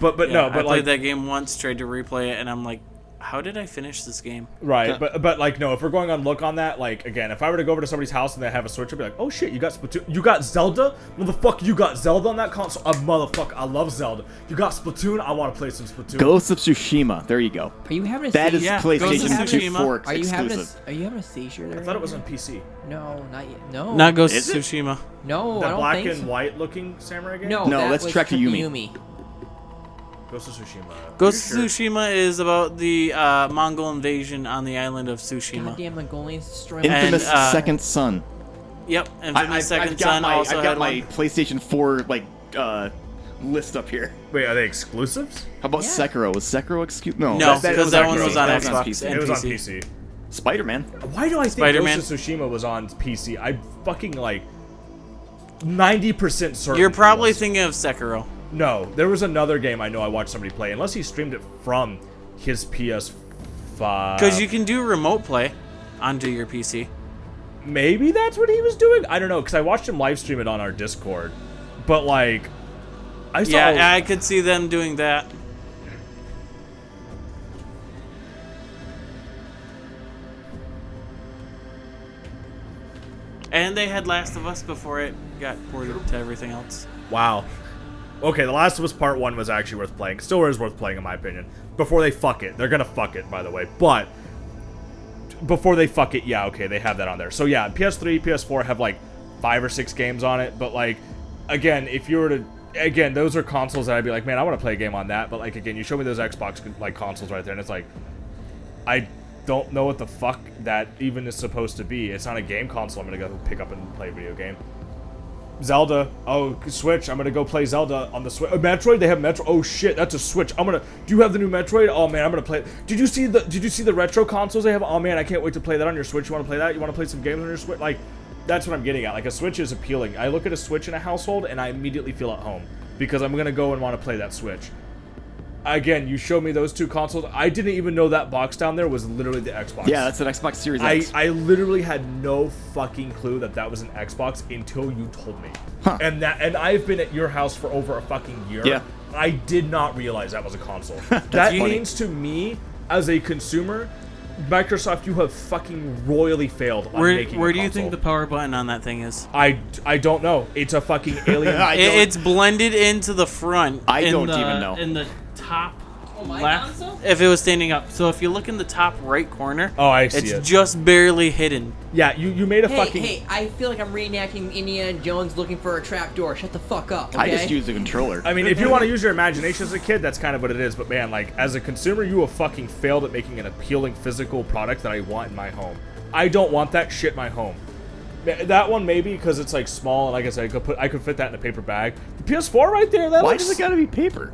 S6: But but
S2: Yeah,
S6: no, but
S2: I
S6: like
S2: played that game once, tried to replay it, and I'm like, how did I finish this game?
S6: Right, but but like no, if we're going on look on that, like again, if I were to go over to somebody's house and they have a Switch, I'd be like, oh shit, you got Splatoon, you got Zelda, motherfucker, you got Zelda on that console, a motherfucker, I love Zelda. You got Splatoon, I want to play some Splatoon.
S4: Ghost of Tsushima. There you go.
S3: Are you having a
S4: That
S3: seizure?
S4: is
S2: Yeah, Ghost of
S4: PlayStation 2
S2: Tsushima.
S4: 4
S3: Are you having a?
S4: exclusive.
S3: Are you having a seizure? There?
S6: I thought it was on PC.
S3: No, not yet. No.
S2: Not Ghost of
S4: Is it?
S2: Tsushima.
S3: No, I
S6: That
S3: don't
S6: black
S3: think
S6: and
S3: so.
S6: white looking samurai game.
S3: No,
S4: No,
S3: that
S4: that's
S3: was
S4: Trek to Yumi.
S3: Yumi.
S6: Ghost of Tsushima.
S2: Ghost
S6: Pretty
S2: of
S6: sure.
S2: Tsushima is about the uh, Mongol invasion on the island of Tsushima.
S3: Goddamn Mongolians destroying.
S2: And-
S4: Infamous
S2: uh,
S4: Second Son.
S2: Yep, and
S4: I,
S2: Famous
S4: I've,
S2: Second
S4: I've got
S2: Son
S4: my
S2: also
S4: I've got
S2: had
S4: my
S2: one.
S4: PlayStation 4 like uh, list up here.
S6: Wait, are they exclusives?
S4: How about
S3: Yeah.
S4: Sekiro? Was Sekiro excuse? No,
S2: No, because that,
S4: on
S2: one
S4: PC.
S2: was on
S4: That was
S2: Xbox.
S4: PC.
S2: and
S6: it was on
S2: PC.
S6: PC.
S4: Spider-Man.
S6: Why do I think
S2: Spider-Man.
S6: Ghost of Tsushima was on PC? I fucking like. 90% certain.
S2: You're
S6: it
S2: probably
S6: was.
S2: thinking of Sekiro.
S6: No, there was another game I know I watched somebody play, unless he streamed it from his PS5.
S4: Uh,
S2: Because you can do remote play onto your PC.
S6: maybe that's what he was doing. I don't know, because I watched him live stream it on our Discord. But like, I saw.
S2: Yeah, I could see them doing that. And they had Last of Us before it got ported to everything else.
S6: wow. Okay, The Last of Us Part One was actually worth playing. Still is worth playing, in my opinion. Before they fuck it, they're gonna fuck it, by the way. But before they fuck it, yeah, okay, they have that on there. So yeah, PS3, PS4 have like five or six games on it, but like again, if you were to again, those are consoles that I'd be like, man, I want to play a game on that, but like again, you show me those Xbox like consoles right there, and it's like, I don't know what the fuck that even is supposed to be. It's not a game console. I'm gonna go pick up and play a video game. Zelda. Oh, Switch. I'm gonna go play Zelda on the Switch. Uh, Metroid. They have Metro. Oh shit, that's a Switch. I'm gonna. Do you have the new Metroid? Oh man, I'm gonna play. it. Did you see the Did you see the retro consoles they have? Oh man, I can't wait to play that on your Switch. You want to play that? You want to play some games on your Switch? Like, that's what I'm getting at. Like a Switch is appealing. I look at a Switch in a household and I immediately feel at home because I'm gonna go and want to play that Switch. Again, you show me those two consoles. I didn't even know that box down there was literally the Xbox.
S4: Yeah, that's an Xbox Series
S6: I,
S4: X.
S6: I literally had no fucking clue that that was an Xbox until you told me.
S4: Huh.
S6: And that and I've been at your house for over a fucking year.
S4: Yeah.
S6: I did not realize that was a console. that
S4: funny.
S6: means to me as a consumer, Microsoft, you have fucking royally failed on
S2: Where,
S6: making a
S2: where do you think the
S6: console.
S2: power button on that thing is?
S6: I, I don't know. It's a fucking alien.
S4: I
S2: It,
S4: don't-
S2: it's blended into the front.
S4: I
S8: in
S4: don't
S8: the-
S4: even know.
S8: In the top
S3: Oh, my
S8: left.
S3: console?
S2: if it was standing up. So if you look in the top right corner,
S6: Oh, I see
S2: it's
S6: it.
S2: just barely hidden.
S6: yeah, you, you made a
S3: Hey,
S6: fucking
S3: hey, I feel like I'm reenacting Indiana Jones looking for a trapdoor. Shut the fuck up. Okay?
S4: I just used a controller.
S6: I mean, if you want to use your imagination as a kid, that's kind of what it is. But man, like as a consumer, you have fucking failed at making an appealing physical product that I want in my home. I don't want that shit in my home. Ma- That one maybe because it's like small and like I said, I could put I could fit that in a paper bag. The PS4 right there, that
S4: Why
S6: looks
S4: does it gotta be paper?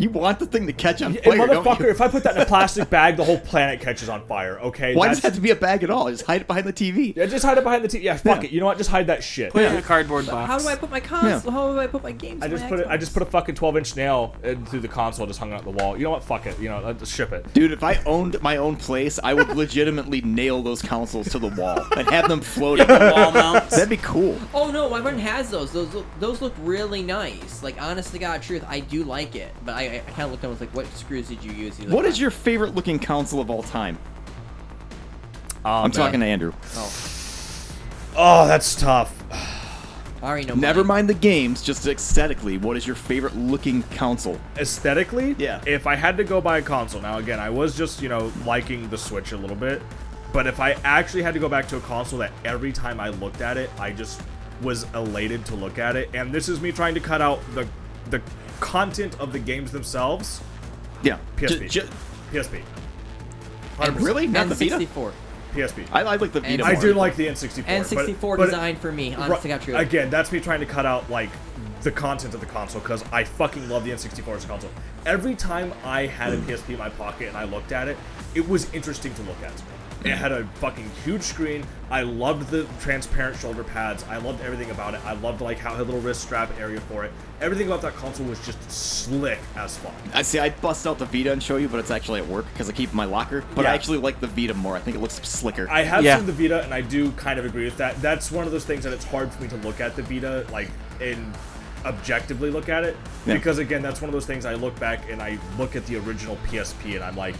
S4: You want the thing to catch on
S6: Yeah,
S4: fire, don't
S6: motherfucker.
S4: you?
S6: If I put that in a plastic bag, the whole planet catches on fire. Okay,
S4: Why does it
S6: That's-
S4: have to be a bag at all? Just hide it behind the TV.
S6: Yeah, just hide it behind the TV. Yeah, fuck
S4: Yeah.
S6: it. You know what? Just hide that shit.
S2: Put it in a cardboard box.
S3: How do I put my console? How do I put my games?
S6: I
S3: on
S6: just
S3: my
S6: put it. I
S3: Xbox?
S6: just put a fucking 12 inch nail in through the console, just hung it on the wall. You know what? Fuck it. You know, let's just ship it.
S4: Dude, if I owned my own place, I would legitimately nail those consoles to the wall and have them floating.
S2: Wall mounts.
S4: That'd be cool.
S3: Oh no, my friend has those. Those look, those look really nice. Like honest to god truth, I do like it. But I, I kind of looked at him and was like, what screws did you use? He's like,
S4: What is your favorite looking console of all time? I'm talking to Andrew.
S6: Oh, that's tough.
S3: I already know.
S4: Never
S3: mine.
S4: mind the games, just aesthetically, what is your favorite looking console?
S6: aesthetically,
S4: Yeah.
S6: If I had to go buy a console, now again, I was just you know liking the Switch a little bit, but if I actually had to go back to a console that every time I looked at it, I just was elated to look at it, and this is me trying to cut out the the content of the games themselves.
S4: Yeah.
S6: PSP.
S4: Ju- ju-
S6: PSP,
S4: really? Not the Vita?
S3: N64.
S6: PSP.
S4: I, I like the Vita.
S3: And-
S6: I
S4: more.
S6: do like the N64. but-
S3: N64
S6: but-
S3: designed for me. Honest to
S6: Ru-
S3: god truth.
S6: Again, that's me trying to cut out like the content of the console because I fucking love the N64 as a console. Every time I had a PSP in my pocket and I looked at it, it was interesting to look at. to me. It had a fucking huge screen. I loved the transparent shoulder pads. I loved everything about it. I loved like how it had a little wrist strap area for it. Everything about that console was just slick as fuck.
S4: I see. I bust out the Vita and show you, but it's actually at work because I keep it in my locker. But
S6: Yeah.
S4: I actually like the Vita more. I think it looks slicker.
S6: I have
S2: Yeah.
S6: seen the Vita, and I do kind of agree with that. That's one of those things that it's hard for me to look at the Vita, like, and objectively look at it.
S4: Yeah.
S6: Because, again, that's one of those things I look back and I look at the original PSP and I'm like,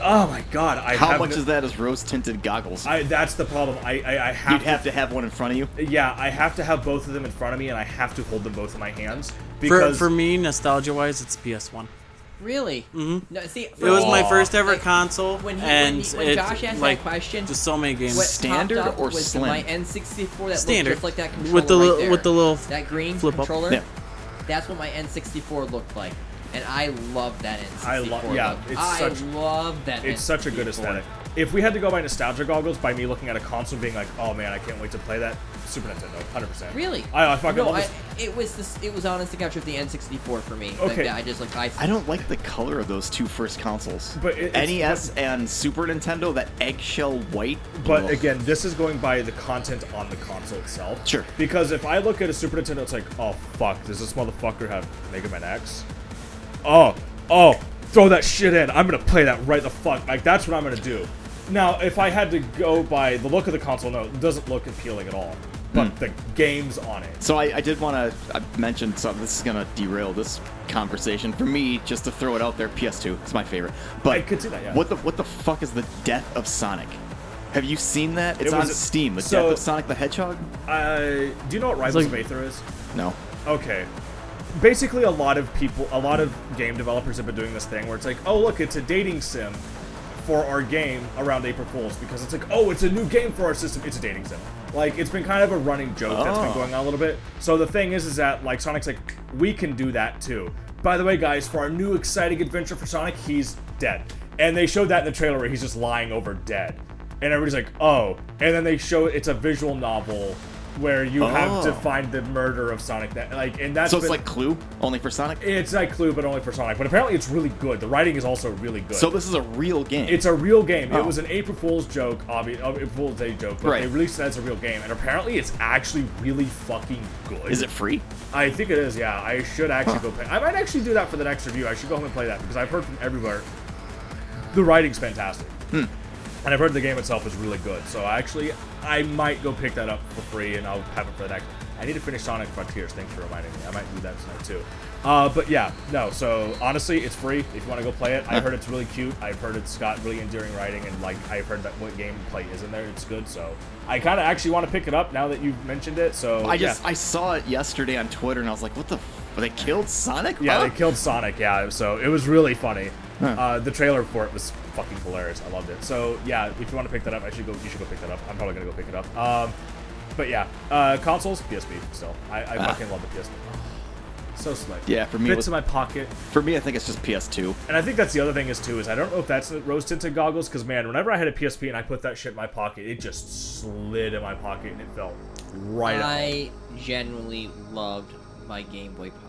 S6: oh my god, I
S4: How
S6: have
S4: much
S6: no-
S4: is that as rose tinted goggles?
S6: I, that's the problem. I, I, I have
S4: You'd
S6: to,
S4: have to have one in front of you.
S6: Yeah, I have to have both of them in front of me, and I have to hold them both in my hands.
S2: For,
S6: Because
S2: for me, nostalgia wise, it's PS1.
S3: Really? Mm-hmm. No, see,
S2: It was my
S6: Aw.
S2: first ever
S3: Like,
S2: console,
S3: when he- when
S2: and
S3: he- when
S2: it,
S3: Josh asked that
S2: like,
S3: question,
S2: just so many games.
S3: what
S4: Standard
S3: popped up
S4: or
S3: was
S4: slim?
S3: My N64 that
S2: Standard
S3: looked just like that controller
S2: with the
S3: right
S2: little-
S3: there.
S2: with the little
S3: that green
S2: flip up.
S3: controller.
S4: Yeah.
S3: That's what my N64 looked like, and I love that N64.
S6: I love- yeah,
S3: look.
S6: it's
S3: I
S6: such-
S3: love that.
S6: It's such a good
S3: N64.
S6: aesthetic. If we had to go by nostalgia goggles, by me looking at a console being like, oh man, I can't wait to play that, Super Nintendo, 100%.
S3: Really?
S6: I, I fucking
S3: no,
S6: love this.
S3: I, it was this. It was honest to God truth, the N64 for me. Like,
S6: Okay.
S3: that, I just like I.
S4: I don't like the color of those two first consoles.
S6: But it- it's-
S4: NES and Super Nintendo, that eggshell white.
S6: But
S4: Ugh.
S6: again, this is going by the content on the console itself.
S4: Sure.
S6: Because if I look at a Super Nintendo, it's like, oh fuck, does this motherfucker have Mega Man X? Oh, oh, throw that shit in. I'm gonna play that right the fuck. Like that's what I'm gonna do. Now, if I had to go by the look of the console, no, it doesn't look appealing at all. But
S4: Hmm.
S6: the games on it.
S4: So I, I did want to I mentioned something. This is gonna derail this conversation for me. Just to throw it out there, PS2. It's my favorite. But
S6: I could see that, yeah.
S4: What the what the fuck is the death of Sonic? Have you seen that? It's
S6: It
S4: on
S6: was-
S4: Steam. The
S6: so-
S4: death of Sonic the Hedgehog.
S6: Uh, do you know what Rivals of Aether is?
S4: No.
S6: Okay. Basically, a lot of people, a lot of game developers have been doing this thing where it's like, oh, look, it's a dating sim for our game around April Fools because it's like, oh, it's a new game for our system. It's a dating sim. Like it's been kind of a running joke that's been
S4: Oh.
S6: going on a little bit. So the thing is, is that like Sonic's like, we can do that too. By the way, guys, for our new exciting adventure for Sonic, he's dead. And they showed that in the trailer where he's just lying over dead, and everybody's like, oh. And then they show it's a visual novel where you have to
S4: Oh.
S6: find the murder of Sonic. That like, and that's
S4: So it's
S6: been-
S4: like Clue, only for Sonic.
S6: it's like Clue, but only for Sonic. But apparently, it's really good. The writing is also really good.
S4: So this is a real game.
S6: It's a real game. It
S4: Oh.
S6: was an April Fool's joke, obvi- uh, April Fool's Day joke, but
S4: Right.
S6: they released it as a real game, and apparently it's actually really fucking good.
S4: is it free?
S6: I think it is. Yeah, I should actually go play. I might actually do that for the next review. I should go home and play that because I've heard from everywhere. The writing's fantastic,
S4: Hmm.
S6: and I've heard the game itself is really good. So actually, I might go pick that up for free, and I'll have it for the next. I need to finish Sonic Frontiers. Thanks for reminding me. I might do that tonight too. Uh, but yeah, no. So honestly, it's free if you want to go play it. I heard it's really cute. I've heard it's got really endearing writing, and like I've heard that what gameplay is in there, it's good. So I kind of actually want to pick it up now that you've mentioned it. So
S4: I just
S6: yeah.
S4: I saw it yesterday on Twitter and I was like, what the? F- they killed Sonic?
S6: Yeah,
S4: Huh?
S6: they killed Sonic. Yeah, so it was really funny. Uh, the trailer for it was fucking hilarious. I loved it. So yeah, if you want to pick that up, I should go. You should go pick that up. I'm probably gonna go pick it up. Um, but yeah, uh, consoles PSP still. I, I fucking love the PSP. So slick.
S4: Ah. Yeah, for me it
S6: fits
S4: was-
S6: in my pocket.
S4: For me, I think it's just PS2.
S6: And I think that's the other thing is too is I don't know if that's the rose tinted goggles because man, whenever I had a PSP and I put that shit in my pocket, it just slid in my pocket and it felt right. up.
S3: I genuinely loved my Game Boy Pocket.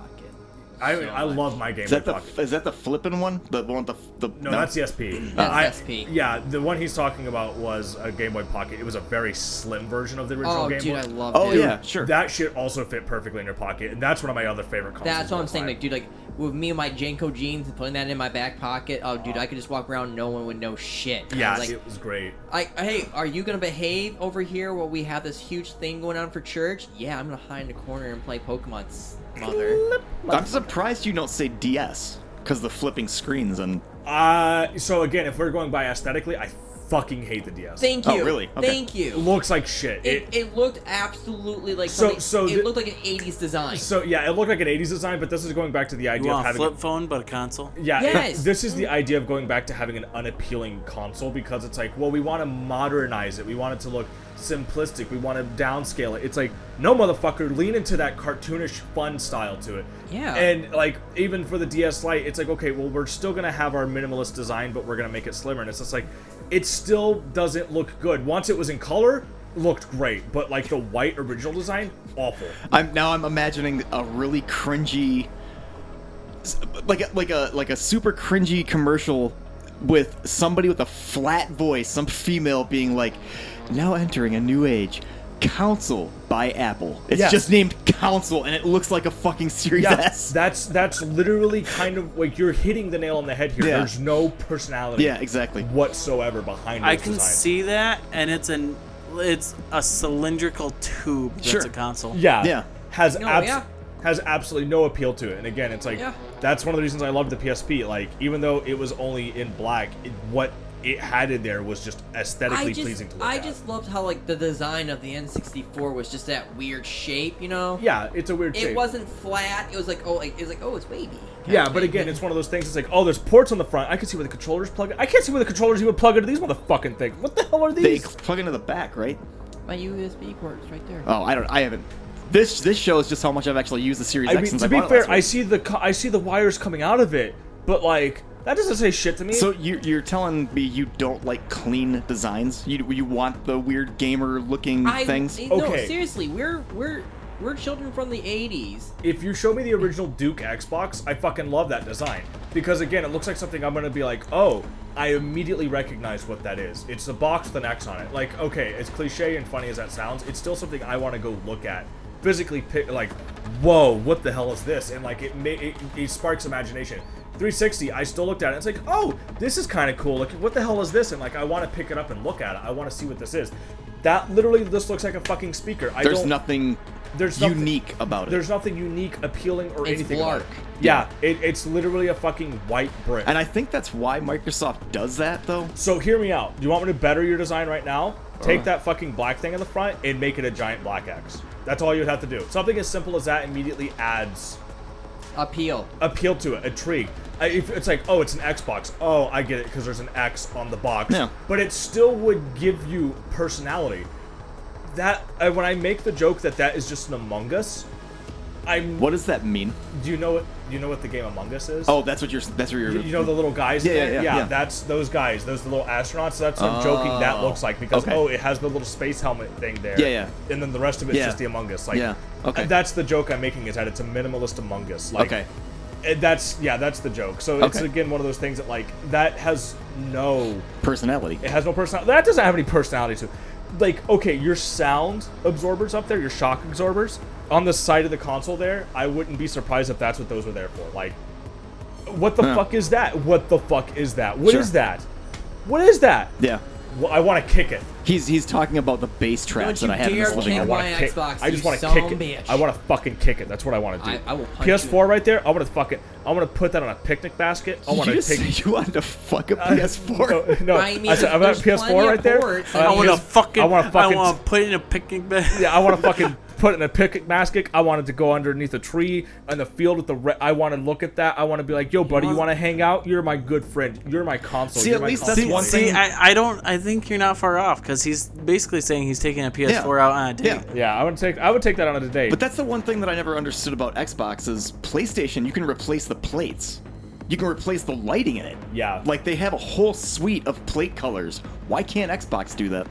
S6: I,
S3: so
S6: I
S3: much.
S6: love my game.
S4: Is that
S6: Boy
S4: the
S6: pocket.
S4: is that the flipping one? The one with the the
S6: No, that's the SP.
S3: That's
S6: I-
S3: SP.
S6: Yeah, the one he's talking about was a Game Boy Pocket. It was a very slim version of the original
S3: Oh,
S6: Game
S3: dude,
S6: Boy.
S3: I loved
S4: Oh
S3: it.
S4: yeah, sure.
S6: That shit also fit perfectly in your pocket, and that's one of my other favorite consoles.
S3: That's what
S6: of
S3: I'm
S6: all
S3: saying,
S6: time.
S3: like, dude, like with me and my Janko jeans and putting that in my back pocket. Oh, dude, I could just walk around, no one would know shit. I
S6: yeah,
S3: was like,
S6: it was great.
S3: like, hey, are you gonna behave over here while we have this huge thing going on for church? Yeah, I'm gonna hide in the corner and play Pokemon's mother.
S4: I'm surprised you don't say DS because the flipping screens and
S6: Uh, so again, if we're going by aesthetically, I fucking hate the DS.
S3: Thank you.
S4: Oh, really? Okay.
S3: Thank
S6: it
S3: you.
S6: looks like shit.
S3: It, it looked absolutely like something.
S6: So- so
S3: it
S6: the-
S3: looked like an 80s design.
S6: so yeah, it looked like an '80s design, but this is going back to the
S2: You
S6: idea of
S2: want a
S6: having
S2: flip phone but a console?
S6: Yeah, it-
S3: Yes.
S6: this is the idea of going back to having an unappealing console because it's like, well, we want to modernize it. We want it to look simplistic. We want to downscale it. It's like, no, motherfucker, lean into that cartoonish fun style to it.
S3: Yeah.
S6: And like, even for the DS Lite, it's like, okay, well, we're still gonna have our minimalist design, but we're gonna make it slimmer. And it's just like, it still doesn't look good. Once it was in color, looked great, but like the white original design, awful.
S4: I'm now I'm imagining a really cringy, s- like a, like a like a super cringy commercial with somebody with a flat voice, some female being like, "Now entering a new age." Council by Apple. It's
S6: Yes.
S4: just named Council, and it looks like a fucking Series S.
S6: That's that's literally kind of like you're hitting the nail on the head here.
S4: Yeah.
S6: There's no personality.
S4: Yeah, exactly.
S6: Whatsoever behind.
S2: I
S6: those
S2: can
S6: designs.
S2: see that, and it's an it's a cylindrical tube that's
S4: Sure.
S2: a console.
S6: Yeah.
S4: Yeah.
S6: Has
S3: No,
S6: abs-
S3: yeah.
S6: has absolutely no appeal to it. And again, it's like
S3: Yeah.
S6: that's one of the reasons I loved the PSP. Like even though it was only in black, it, what it had in there was just aesthetically
S3: I just,
S6: pleasing to look
S3: I
S6: at.
S3: just loved how like the design of the N64 was just that weird shape, you know?
S6: yeah, it's a weird
S3: It
S6: shape.
S3: wasn't flat. It was like oh, like, it was like oh, it's wavy.
S6: yeah, but again, it's one of those things. It's like, oh, there's ports on the front. I can see where the controllers plug. in. I can't see where the controllers even plug into these motherfucking things. What the hell are
S4: They
S6: these?
S4: plug into the back, right?
S3: my USB port's right there.
S4: Oh, I don't. I haven't. This this shows just how much I've actually used the Series
S6: I
S4: X
S6: mean,
S4: since
S6: to
S4: I
S6: be
S4: bought it
S6: fair, I
S4: last
S6: see the co- I see the wires coming out of it, but like that doesn't say shit to me.
S4: week. So you, you're telling me you don't like clean designs? You you want the weird gamer looking
S3: I,
S4: things?
S3: eh, No,
S6: Okay.
S3: seriously, we're we're we're children from the 80s.
S6: if you show me the original Duke Xbox, I fucking love that design because again, it looks like something I'm gonna be like, oh, I immediately recognize what that is. It's a box with an X on it. Like, okay, as cliche and funny as that sounds, it's still something I want to go look at, physically pick. Like, whoa, what the hell is this? And like, it ma- it, it sparks imagination. 360, I still looked at it. It's like, oh, this is kind of cool. Like, what the hell is this? And like, I want to pick it up and look at it. I want to see what this is. That literally, this looks like a fucking speaker. I
S4: There's
S6: don't,
S4: nothing
S6: there's nothing-
S4: unique about it.
S6: There's nothing unique, appealing, or
S3: It's
S6: anything. about it.
S3: blark.
S6: Yeah, it, it's literally a fucking white brick.
S4: and I think that's why Microsoft does that, though.
S6: so hear me out. Do you want me to better your design right now?
S4: Uh-huh.
S6: Take that fucking black thing in the front and make it a giant black X. That's all you would have to do. Something as simple as that immediately adds
S3: Appeal.
S6: appeal to it, intrigue. I- if it's like, oh, it's an Xbox. Oh, I get it because there's an X on the box.
S4: Yeah.
S6: But it still would give you personality. That uh, when I make the joke that that is just an Among Us, I'm.
S4: What does that mean?
S6: Do you know what? Do you know what the game Among Us is?
S4: Oh, that's what you're. That's what you're.
S6: You, you know the little guys?
S4: Yeah,
S6: there?
S4: yeah, yeah, yeah.
S6: that's those guys, those little astronauts. That's what I'm joking that
S4: Oh,
S6: looks like because,
S4: okay.
S6: oh, it has the little space helmet thing there.
S4: Yeah, yeah.
S6: And then the rest of it's
S4: Yeah.
S6: just the Among Us. Like,
S4: Yeah, okay.
S6: That's the joke I'm making is that it's a minimalist Among Us. Like,
S4: Okay.
S6: eh, That's, yeah, that's the joke. So it's,
S4: Okay.
S6: again, one of those things that, like, that has no,
S4: personality.
S6: it has no personality. That doesn't have any personality to it. Like, okay, your sound absorbers up there, your shock absorbers on the side of the console there, I wouldn't be surprised if that's what those were there for. Like, what the
S4: Yeah.
S6: fuck is that? What the fuck is that? What is
S4: Sure.
S6: that? What is that?
S4: Yeah.
S6: Well, I want to kick it.
S4: He's he's talking about the bass traps
S3: Don't
S4: that
S3: you
S4: I had in
S3: dare
S4: this living
S3: kick
S4: room.
S6: I want
S3: My
S6: to kick.
S3: Xbox,
S6: I
S3: you
S6: just want to
S3: son
S6: kick
S3: of
S6: it.
S3: a bitch.
S6: I want to fucking kick it. That's what I want to do.
S3: I- I will punch
S6: PS4
S3: you.
S6: right there. I want to fucking. I want to put that on a picnic basket. I want
S4: you
S6: to
S4: just
S6: take.
S4: said you wanted to fuck a
S6: I-
S4: PS4.
S6: Uh, No, no.
S3: I mean,
S6: said, I've got
S3: there's plenty
S6: PS4
S3: of
S6: right there.
S3: ports.
S2: I
S3: I
S2: want to fucking.
S6: I want to fucking.
S2: I want to put it in a picnic bed.
S6: Yeah, I want to fucking put it in a picnic basket. I wanted to go underneath a tree in the field with the. Re- I want to look at that. I want to be like, yo, buddy, you
S2: want-
S6: want to hang out? You're my good friend. You're my console.
S4: See,
S6: You're
S4: at
S6: my
S4: least that's
S6: console
S2: See,
S4: one
S6: buddy."
S2: see
S4: thing-
S2: I, I don't. I think you're not far off because he's basically saying he's taking a PS4 out on a date.
S4: Yeah.
S6: Yeah, I would take. I would take that on a date.
S4: But that's the one thing that I never understood about Xbox is PlayStation. You can replace the plates. You can replace the lighting in it.
S6: Yeah.
S4: Like they have a whole suite of plate colors. Why can't Xbox do that?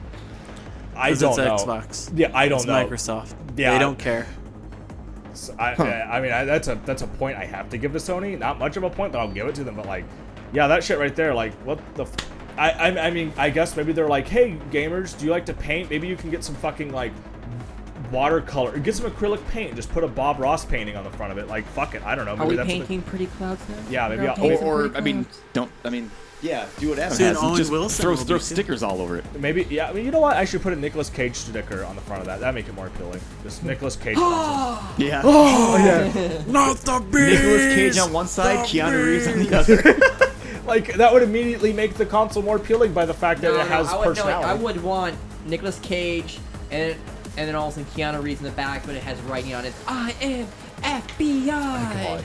S6: I
S2: 'Cause
S6: don't
S2: it's
S6: know.
S2: Xbox.
S6: Yeah, I don't
S2: It's
S6: know.
S2: Microsoft.
S6: Yeah.
S2: They don't care.
S6: So I, I, I mean, I, that's a that's a point I have to give to Sony. Not much of a point, but I'll give it to them. But like, yeah, that shit right there. Like, what the? F- I, I I mean, I guess maybe they're like, hey, gamers, do you like to paint? Maybe you can get some fucking like watercolor, get some acrylic paint, and just put a Bob Ross painting on the front of it. Like, fuck it, I don't know. Maybe
S3: Are we
S6: that's what
S3: painting pretty clouds now?
S6: Yeah, maybe
S3: We're
S6: I'll-
S3: all
S4: Or,
S3: painting
S4: or
S3: pretty
S4: I mean,
S3: clouds.
S4: don't. I mean, yeah. Do what Adam
S2: Soon
S4: has. and
S2: Owen
S4: just
S2: Wilson
S4: throw
S2: will be
S4: throw
S2: too.
S4: stickers all over it.
S6: the- maybe yeah. I mean, you know what? I should put a Nicolas Cage sticker on the front of that. That make it more appealing. Just Nicolas Cage. console.
S4: Yeah.
S2: Not the bees.
S4: Nicolas Cage
S3: Oh,
S4: on one side, Keanu Reeves on the other.
S6: like that would immediately make the console more appealing by the fact that
S3: No,
S6: it
S3: no,
S6: has
S3: I would, no,
S6: personality.
S3: I would want Nicolas Cage and and then all of a sudden Keanu Reeves in the back, but it has writing on it. I am FBI.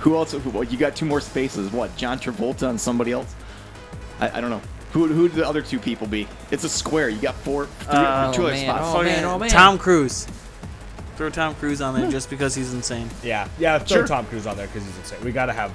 S4: who else? Who, well, you got two more spaces. What? John Travolta and somebody else? I, I don't know. Who who would the other two people be? It's a square. You got four, three,
S3: Oh,
S4: two other
S3: man.
S4: spots.
S3: Oh, man, oh, man.
S2: Tom Cruise. Throw Tom Cruise on there just because he's insane.
S6: yeah, yeah. Throw
S4: Sure.
S6: Tom Cruise on there because he's insane. We gotta have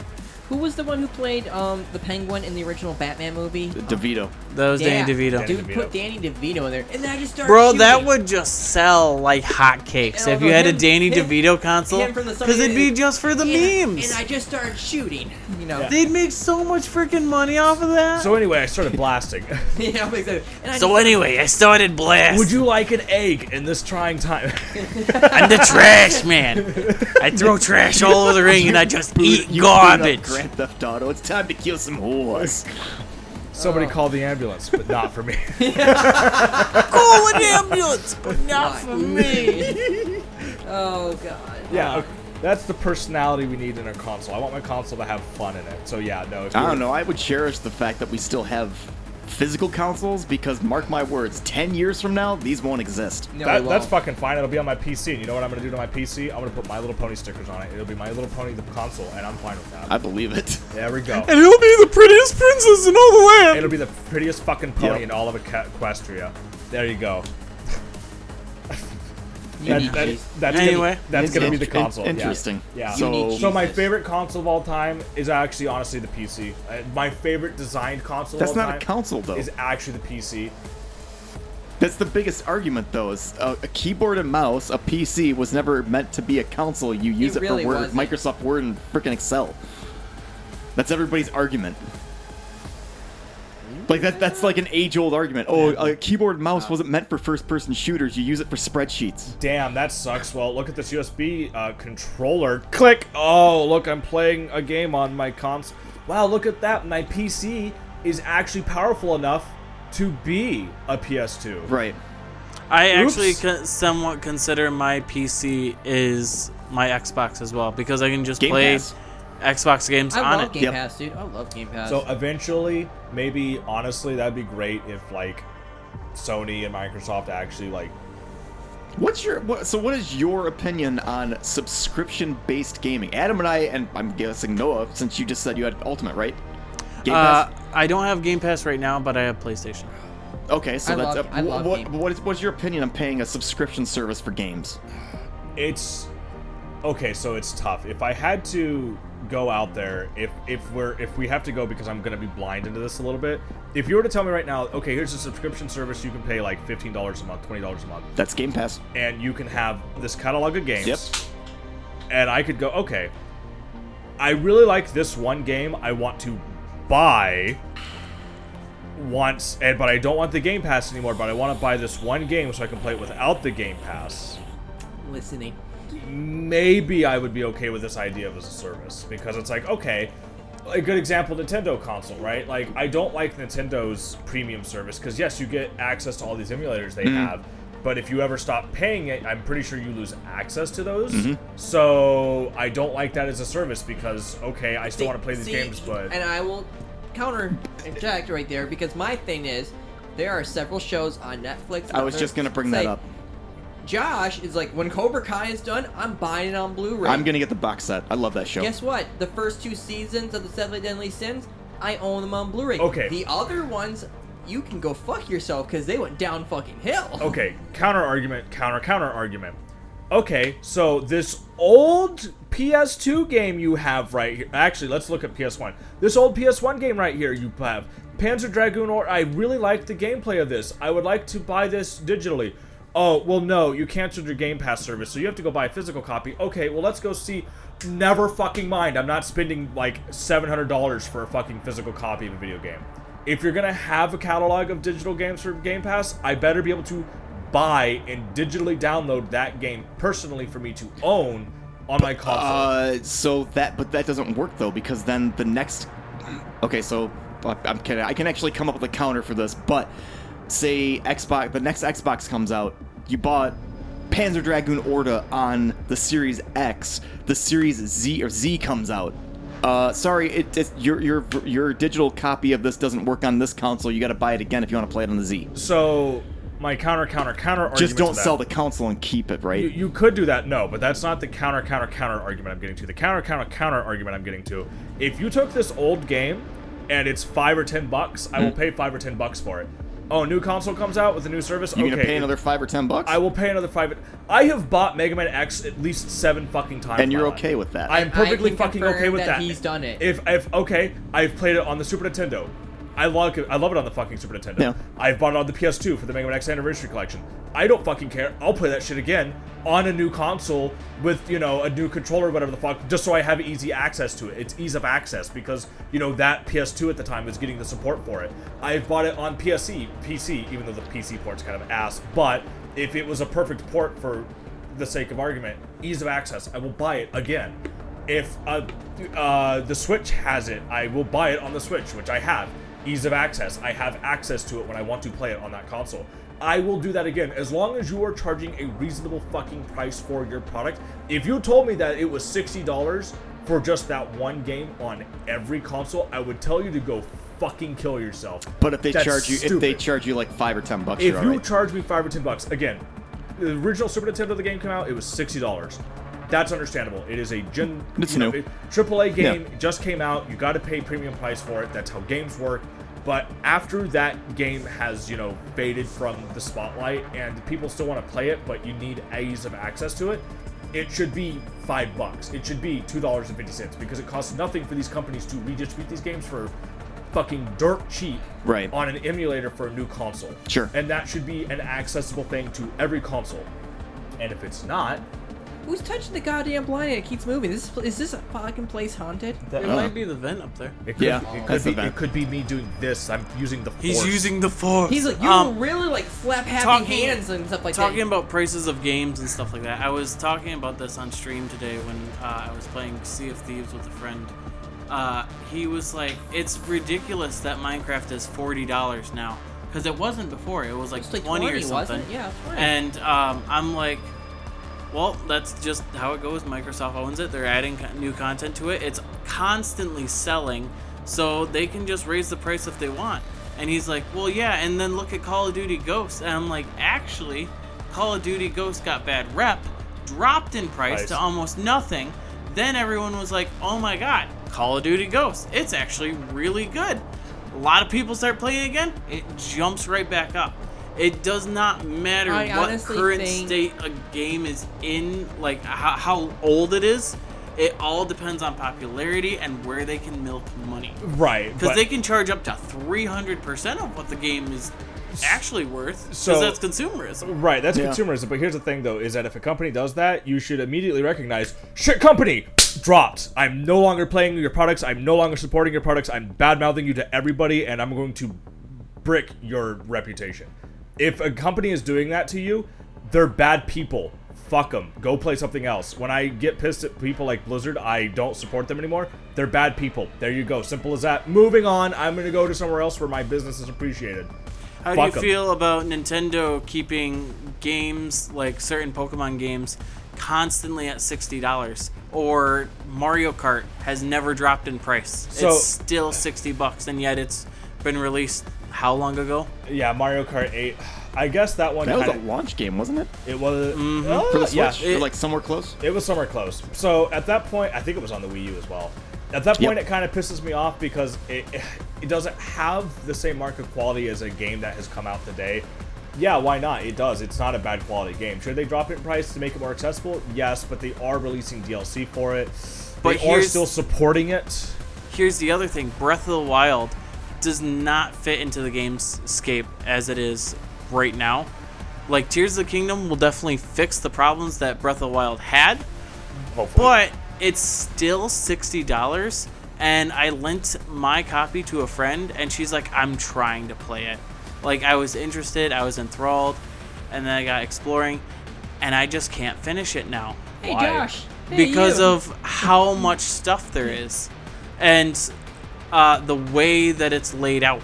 S3: Who was the one who played um the Penguin in the original Batman movie? Um,
S4: DeVito.
S2: That was Danny
S3: Yeah.
S2: DeVito.
S3: Dude,
S6: Danny
S3: put
S6: DeVito.
S3: Danny DeVito in there, and then I just started.
S2: Bro, that
S3: shooting.
S2: would just sell like hotcakes
S3: And
S2: if you had a
S3: him-
S2: Danny
S3: him-
S2: DeVito console.
S3: him from the
S2: Because it'd be
S3: Sony-
S2: just for the
S3: And-
S2: memes.
S3: And I just started shooting. You know.
S6: Yeah.
S2: They'd make so much freaking money off of that.
S6: So anyway, I started blasting.
S3: Yeah, I'm excited. And I
S2: So
S3: just-
S2: anyway, I started blast.
S6: Would you like an egg in this trying time?
S2: I'm the trash man. I throw trash all over the ring and I just eat
S4: You
S2: garbage.
S4: boot up Grand Theft Auto. It's time to kill some whores.
S6: Somebody call the ambulance, but not for me.
S2: Call an ambulance, but not
S3: Why?
S2: for me.
S3: Oh god.
S6: yeah, okay. that's the personality we need in a console. I want my console to have fun in it. So yeah, no. If
S4: I
S6: you-
S4: don't know. I would cherish the fact that we still have physical consoles because, mark my words, ten years from now, these won't exist.
S3: No,
S6: That,
S3: we
S6: that's
S3: won't.
S6: fucking fine. It'll be on my PC. And you know what I'm gonna do to my PC? I'm gonna put My Little Pony stickers on it. It'll be My Little Pony the console, and I'm fine with that.
S4: I believe it.
S6: there we go.
S2: And he'll be the prettiest princess in all the land.
S6: It'll be the prettiest fucking pony
S4: Yep.
S6: in all of Equ- Equestria. There you go.
S3: You
S6: That,
S3: need
S6: that-
S3: cheese.
S6: that's
S2: Anyway.
S6: gonna, that's gonna be the
S4: Int-
S6: console. yeah.
S4: Interesting.
S6: Yeah.
S4: So,
S3: You need
S6: So my
S3: Jesus.
S6: favorite console of all time is actually honestly the PC. Uh, My favorite designed console.
S4: That's
S6: of all
S4: not a
S6: time
S4: console, though.
S6: Is actually the PC.
S4: That's the biggest argument, though. Is a, a keyboard and mouse, a PC, was never meant to be a console. You use it,
S3: really
S4: for Word,
S3: wasn't.
S4: Microsoft Word, and freaking Excel. That's everybody's argument. Like that, that's like an age-old argument. Oh, a keyboard and mouse wasn't meant for first-person shooters. You use it for spreadsheets.
S6: Damn, that sucks. Well, look at this USB uh, controller. Click. Oh, look, I'm playing a game on my console. Wow, look at that. My PC is actually powerful enough to be a PS2.
S4: Right.
S2: I actually
S6: Oops.
S2: con- somewhat consider my PC is my Xbox as well because I can just
S4: Game
S2: play
S4: Pass.
S2: Xbox games
S3: I
S2: on
S3: love
S2: it.
S3: Game
S4: Yep. uh,
S3: Pass, dude. I love Game Pass.
S6: So eventually, maybe honestly, that'd be great if like Sony and Microsoft actually like
S4: What's your what, so? What is your opinion on subscription-based gaming? Adam and I, and I'm guessing Noah, since you just said you had Ultimate, right? Game
S2: Uh,
S4: Pass?
S2: I don't have Game Pass right now, but I have PlayStation.
S4: Okay, so
S3: I
S4: that's
S3: love-
S4: uh,
S3: I love
S4: what,
S3: Game Pass.
S4: what is, what's your opinion on paying a subscription service for games?
S6: it's okay so it's tough if i had to go out there if if we're if we have to go because i'm gonna be blind into this a little bit if you were to tell me right now okay here's a subscription service you can pay like $15 a month $20 a month
S4: That's Game Pass.
S6: and you can have this catalog of games
S4: Yep.
S6: and i could go okay i really like this one game i want to buy once and but i don't want the game pass anymore but i want to buy this one game so i can play it without the game pass
S3: Listening.
S6: maybe I would be okay with this idea of as a service because it's like okay, a good example Nintendo console, right? Like I don't like Nintendo's premium service because yes, you get access to all these emulators they have, but if you ever stop paying it, I'm pretty sure you lose access to those. So I don't like that as a service because okay, I still want to play these
S3: See-
S6: games, but
S3: and I will counter inject right there because my thing is there are several shows on Netflix.
S4: I was just gonna bring that
S3: Say,
S4: up.
S3: Josh is like, when Cobra Kai is done, I'm buying it on Blu-ray.
S4: I'm gonna get the box set. I love that show.
S3: Guess what? The first two seasons of the Seven Deadly Sins, I own them on Blu-ray.
S6: Okay.
S3: The other ones, you can go fuck yourself because they went down fucking hill.
S6: okay, counter argument, counter counter argument. Okay, so this old PS2 game you have right here. Actually, let's look at PS1. This old PS1 game right here you have. Panzer Dragoon or I really like the gameplay of this. I would like to buy this digitally. Oh, well no, you canceled your Game Pass service, so you have to go buy a physical copy. Okay, well let's go see Never fucking mind. I'm not spending like $700 for a fucking physical copy of a video game if you're gonna have a catalog of digital games for Game Pass, I better be able to buy and digitally download that game personally for me to own on my console.
S4: Uh, so that, but that doesn't work though because then the next. Okay, so I- I'm kidding. I can actually come up with a counter for this, but say Xbox, the next Xbox comes out, you bought Panzer Dragoon Orta on the Series X, the Series Z or Z comes out. Uh, sorry, it, it's your your your digital copy of this doesn't work on this console. You got to buy it again if you want to play it on the Z.
S6: so my counter, counter, counter argument.
S4: Just
S6: to
S4: don't
S6: that-
S4: sell the console and keep it, right?
S6: You, you could do that, no, but that's not the counter, counter, counter argument I'm getting to. The counter, counter, counter argument I'm getting to. If you took this old game and it's five or ten bucks, I will
S4: Hmm.
S6: pay five or ten bucks for it. Oh, new console comes out with a new service.
S4: You
S6: okay,
S4: gonna pay another five or ten bucks?
S6: I will pay another five. I have bought Mega Man X at least seven fucking times.
S4: And
S6: in my
S4: you're
S6: life.
S4: okay with that?
S6: I am
S3: And I
S6: perfectly
S3: can
S6: fucking okay
S3: confirm
S6: with that.
S3: that he's done it.
S6: If if okay, I've played it on the Super Nintendo. I love it. I love it on the fucking Super Nintendo.
S4: Yeah.
S6: I've bought it on the PS2 for the Mega Man X Anniversary Collection. I don't fucking care. I'll play that shit again on a new console with you know a new controller, whatever the fuck, just so I have easy access to it. It's ease of access because you know that PS2 at the time was getting the support for it. I've bought it on PSE, PC, even though the PC port's kind of ass. But if it was a perfect port for the sake of argument, ease of access, I will buy it again if uh, uh, the Switch has it, I will buy it on the Switch, which I have. Ease of access. I have access to it when I want to play it on that console. I will do that again as long as you are charging a reasonable fucking price for your product. If you told me that it was $60 for just that one game on every console, I would tell you to go fucking kill yourself.
S4: but if they
S6: That's
S4: charge you, if they
S6: stupid.
S4: charge you like five or ten bucks,
S6: If
S4: you're
S6: you
S4: alright.
S6: charge me five or ten bucks, again, the original Super Nintendo the game came out, it was sixty dollars. That's understandable. It is a gen
S4: It's
S6: you know,
S4: new.
S6: it- AAA
S4: Yeah.
S6: game it just came out. You got to pay premium price for it. That's how games work. But after that game has you know faded from the spotlight and people still want to play it, but you need ease of access to it, it should be five bucks. It should be two dollars and fifty cents because it costs nothing for these companies to redistribute these games for fucking dirt cheap
S4: Right.
S6: on an emulator for a new console.
S4: Sure.
S6: And that should be an accessible thing to every console. And if it's not,
S3: Who's touching the goddamn blind and it keeps moving? This is this fucking place haunted?
S2: That Oh.
S4: Uh.
S2: might be the vent up there.
S6: it could,
S4: Yeah, that's
S6: it, could
S4: the
S6: be,
S4: fact.
S6: it could be me doing this. I'm using the force.
S2: He's using the force.
S3: He's like, you
S2: Um,
S3: really like slap happy
S2: talking-
S3: hands and stuff like
S2: talking
S3: that.
S2: about prices of games and stuff like that. I was talking about this on stream today when uh, I was playing Sea of Thieves with a friend. Uh, he was like, "It's ridiculous that Minecraft is forty dollars now because it wasn't before. It was like,
S3: It's like
S2: 20 or
S3: 20,
S2: something."
S3: wasn't it? Yeah, it's 20.
S2: And um, I'm like, "Well, that's just how it goes. Microsoft owns it. They're adding co- new content to it. It's constantly selling, so they can just raise the price if they want." And he's like, "Well, yeah." And then look at Call of Duty Ghosts, and I'm like, "Actually." Call of Duty Ghost got bad rep, dropped in price,
S6: Price.
S2: to almost nothing. Then everyone was like, "Oh my god, Call of Duty Ghost. It's actually really good." A lot of people start playing again, it jumps right back up. It does not matter
S3: I
S2: what
S3: honestly
S2: current
S3: think-
S2: state a game is in, like how, how old it is. It all depends on popularity and where they can milk money.
S6: Right.
S2: Because
S6: but-
S2: they can charge up to 300% of what the game is actually worth. Because
S6: So-
S2: that's consumerism.
S6: Right, that's
S4: Yeah.
S6: consumerism. But here's the thing, though, is that if a company does that, you should immediately recognize shit company dropped. I'm no longer playing your products. I'm no longer supporting your products. I'm bad mouthing you to everybody, and I'm going to brick your reputation. If a company is doing that to you, they're bad people. Fuck them. Go play something else. When I get pissed at people like Blizzard, I don't support them anymore. They're bad people. There you go. Simple as that. Moving on. I'm gonna go to somewhere else where my business is appreciated.
S2: How do
S6: Fuck
S2: you
S6: 'em.
S2: feel about Nintendo keeping games, like certain Pokemon games, constantly at $60? Or Mario Kart has never dropped in price.
S6: So-
S2: it's still 60 bucks, and yet it's been released how long ago?
S6: Yeah, Mario Kart 8. I guess that one.
S4: That was a
S6: kinda-
S4: launch game, wasn't it?
S6: It was
S2: Mm-hmm.
S6: Uh,
S4: For the Switch,
S6: Yeah,
S4: or
S2: it-
S4: like somewhere close.
S6: it was somewhere close. So at that point, I think it was on the Wii U as well. At that point,
S4: Yep.
S6: it kind of pisses me off because it it doesn't have the same mark of quality as a game that has come out today. Yeah, why not? It does. It's not a bad quality game. Should they drop it in price to make it more accessible? Yes, but they are releasing DLC for it.
S2: But
S6: they are
S2: here's-
S6: still supporting it.
S2: Here's the other thing Breath of the Wild does not fit into the game's scape as it is right now. Like, Tears of the Kingdom will definitely fix the problems that Breath of the Wild had,
S6: Hopefully.
S2: but it's still $60. And I lent my copy to a friend, and she's like, I'm trying to play it. Like, I was interested, I was enthralled, and then I got exploring, and I just can't finish it now
S3: Hey,
S6: Why?
S3: Josh. Hey,
S2: because
S3: you.
S2: of how much stuff there is and uh, the way that it's laid out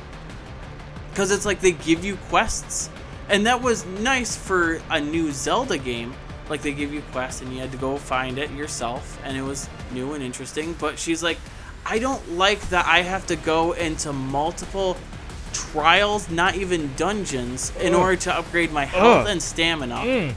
S2: because it's like they give you quests and that was nice for a new zelda game like they give you quests and you had to go find it yourself and it was new and interesting but she's like i don't like that i have to go into multiple trials not even dungeons in order to upgrade my health
S6: Ugh.
S2: and stamina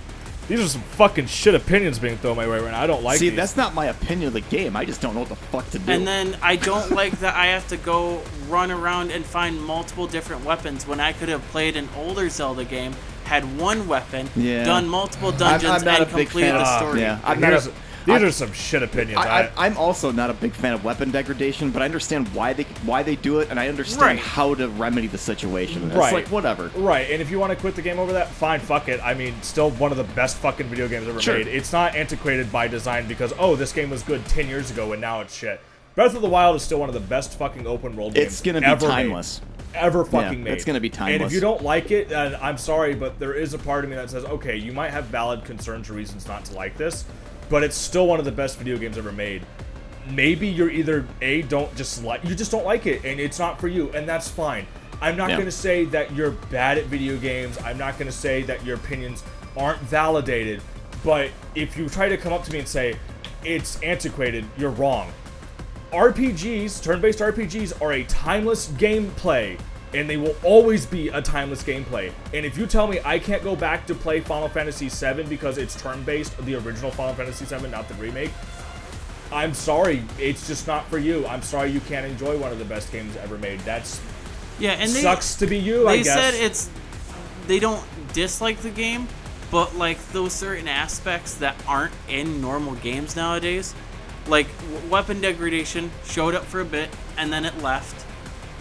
S6: These are some fucking shit opinions being thrown my way right now. I don't like
S4: See,
S6: these.
S4: that's not my opinion of the game. I just don't know what the fuck to do.
S2: And then I don't like that I have to go run around and find multiple different weapons when I could have played an older Zelda game, had one weapon,
S4: Yeah.
S2: done multiple
S4: I'm,
S2: dungeons,
S4: I'm not a
S2: and
S4: big
S2: completed
S4: fan of
S2: the
S4: the
S2: story.
S4: Yeah, I'm
S6: And
S4: not
S6: here's-
S4: a,
S6: these
S4: I-
S6: are some shit opinions.
S4: I,
S6: I-
S4: I, I'm also not a big fan of weapon degradation, but I understand why they why they do it, and I understand
S2: Right.
S4: how to remedy the situation. It's
S6: Right.
S4: like whatever.
S6: Right, and if you want to quit the game over that, fine, fuck it. I mean, still one of the best fucking video games ever
S4: Sure.
S6: made. It's not antiquated by design because oh, this game was good ten years ago and now it's shit. Breath of the Wild is still one of the best fucking open world games.
S4: It's gonna be
S6: ever made.
S4: timeless.
S6: Ever fucking made.
S4: it's gonna be
S6: And if
S4: timeless.
S6: you don't like it, then I'm sorry, but there is a part of me that says, okay, you might have valid concerns or reasons not to like this, but it's still one of the best video games ever made. Maybe you're either a don't just like you just don't like it and it's not for you, and that's fine. I'm not
S4: Yeah.
S6: gonna say that you're bad at video games. I'm not going to say that your opinions aren't validated. But if you try to come up to me and say it's antiquated, you're wrong. RPGs, turn based RPGs, are a timeless gameplay, and they will always be a timeless gameplay. And if you tell me I can't go back to play Final Fantasy VII because it's turn based, the original Final Fantasy VII, not the remake, I'm sorry, it's just not for you. I'm sorry you can't enjoy one of the best games ever made. That's
S2: Yeah, and they,
S6: sucks to be you,
S2: they
S6: I guess.
S2: said it's they don't dislike the game, but like those certain aspects that aren't in normal games nowadays, like w- weapon degradation showed up for a bit and then it left,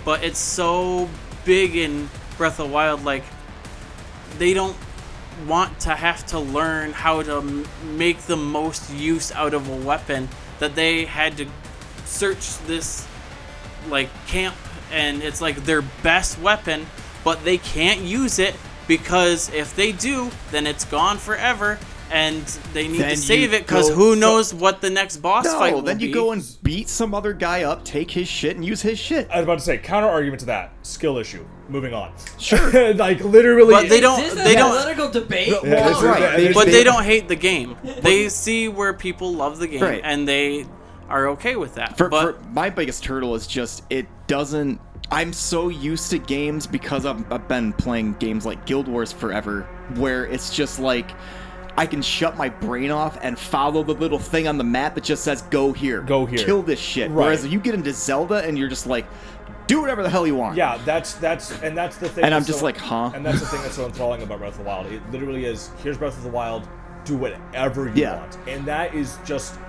S2: but it's so big in Breath of the Wild like they don't want to have to learn how to m- make the most use out of a weapon that they had to search this like camp and it's like their best weapon but they can't use it because if they do then it's gone forever and they need
S4: Then
S2: to save
S4: you
S2: it because
S4: go-
S2: who knows what the next boss fight
S4: No,
S2: will
S4: then you
S2: be.
S4: go and beat some other guy up, take his shit, and use his shit.
S6: I was about to say counter argument to that skill issue. Moving on.
S4: Sure.
S6: like literally.
S2: But they don't-
S3: This is
S2: they
S3: a
S2: don't-
S3: political debate.
S6: No,
S4: Yeah,
S6: well,
S4: that's right.
S6: yeah,
S4: They-
S6: there's-
S2: but they don't hate the game they see where people love the game
S4: Right.
S2: and they are okay with that
S4: For,
S2: but
S4: for my biggest hurdle is just it doesn't. I'm so used to games because I've, I've been playing games like Guild Wars forever where it's just like I can shut my brain off and follow the little thing on the map that just says "Go here,
S6: Go here.
S4: kill this shit."
S6: Right.
S4: Whereas you get into Zelda and you're just like, do whatever the hell you want.
S6: Yeah, that's that's and that's the thing.
S4: And I'm
S6: that's
S4: just like, huh?
S6: And that's the thing that's so enthralling about Breath of the Wild. It literally is here's Breath of the Wild, do whatever you
S4: Yeah.
S6: want, and that is just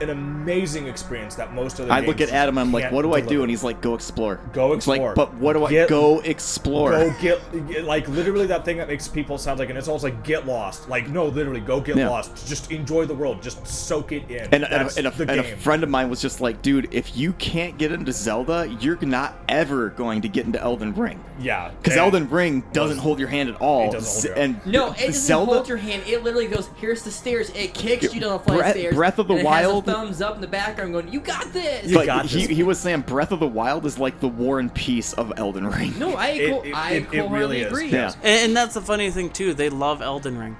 S6: an amazing experience that most other.
S4: I look at
S6: games
S4: Adam. I'm like,
S6: can't
S4: what do I do?
S6: deliver.
S4: And he's like, go explore.
S6: Go
S4: It's like,
S6: explore.
S4: but what do I
S6: Get-
S4: go explore?
S6: Go get, get- like literally that thing that makes people sound like, and it's almost like get lost. Like no, literally go get
S4: Yeah.
S6: lost. Just enjoy the world. Just soak it in.
S4: And, and,
S6: That's
S4: a, and, a,
S6: the
S4: and a
S6: game.
S4: friend of mine was just like, dude, if you can't get into Zelda, you're not ever going to get into Elden Ring.
S6: yeah,
S4: Because
S6: and-
S4: Elden Ring doesn't hold your hand at all.
S6: Eh. It doesn't hold your hand.
S4: and
S3: No,
S4: the
S3: it doesn't
S4: Zelda,
S3: hold your hand. It literally goes, "Here's the stairs." It kicks you down a flight of
S4: Breath-
S3: stairs.
S4: Breath of the
S3: and it
S4: Wild-
S3: Has a thumbs up in the background, going, "You got this."
S6: You
S4: but
S6: got
S4: he,
S6: this.
S4: he was saying Breath of the Wild is like the war and peace of Elden Ring.
S3: no, I
S6: It-
S3: co-
S6: it-
S3: I
S6: it- it
S3: wholeheartedly
S6: really is.
S3: agree.
S4: Yeah.
S2: And, and that's the funny thing too. They love Elden Ring,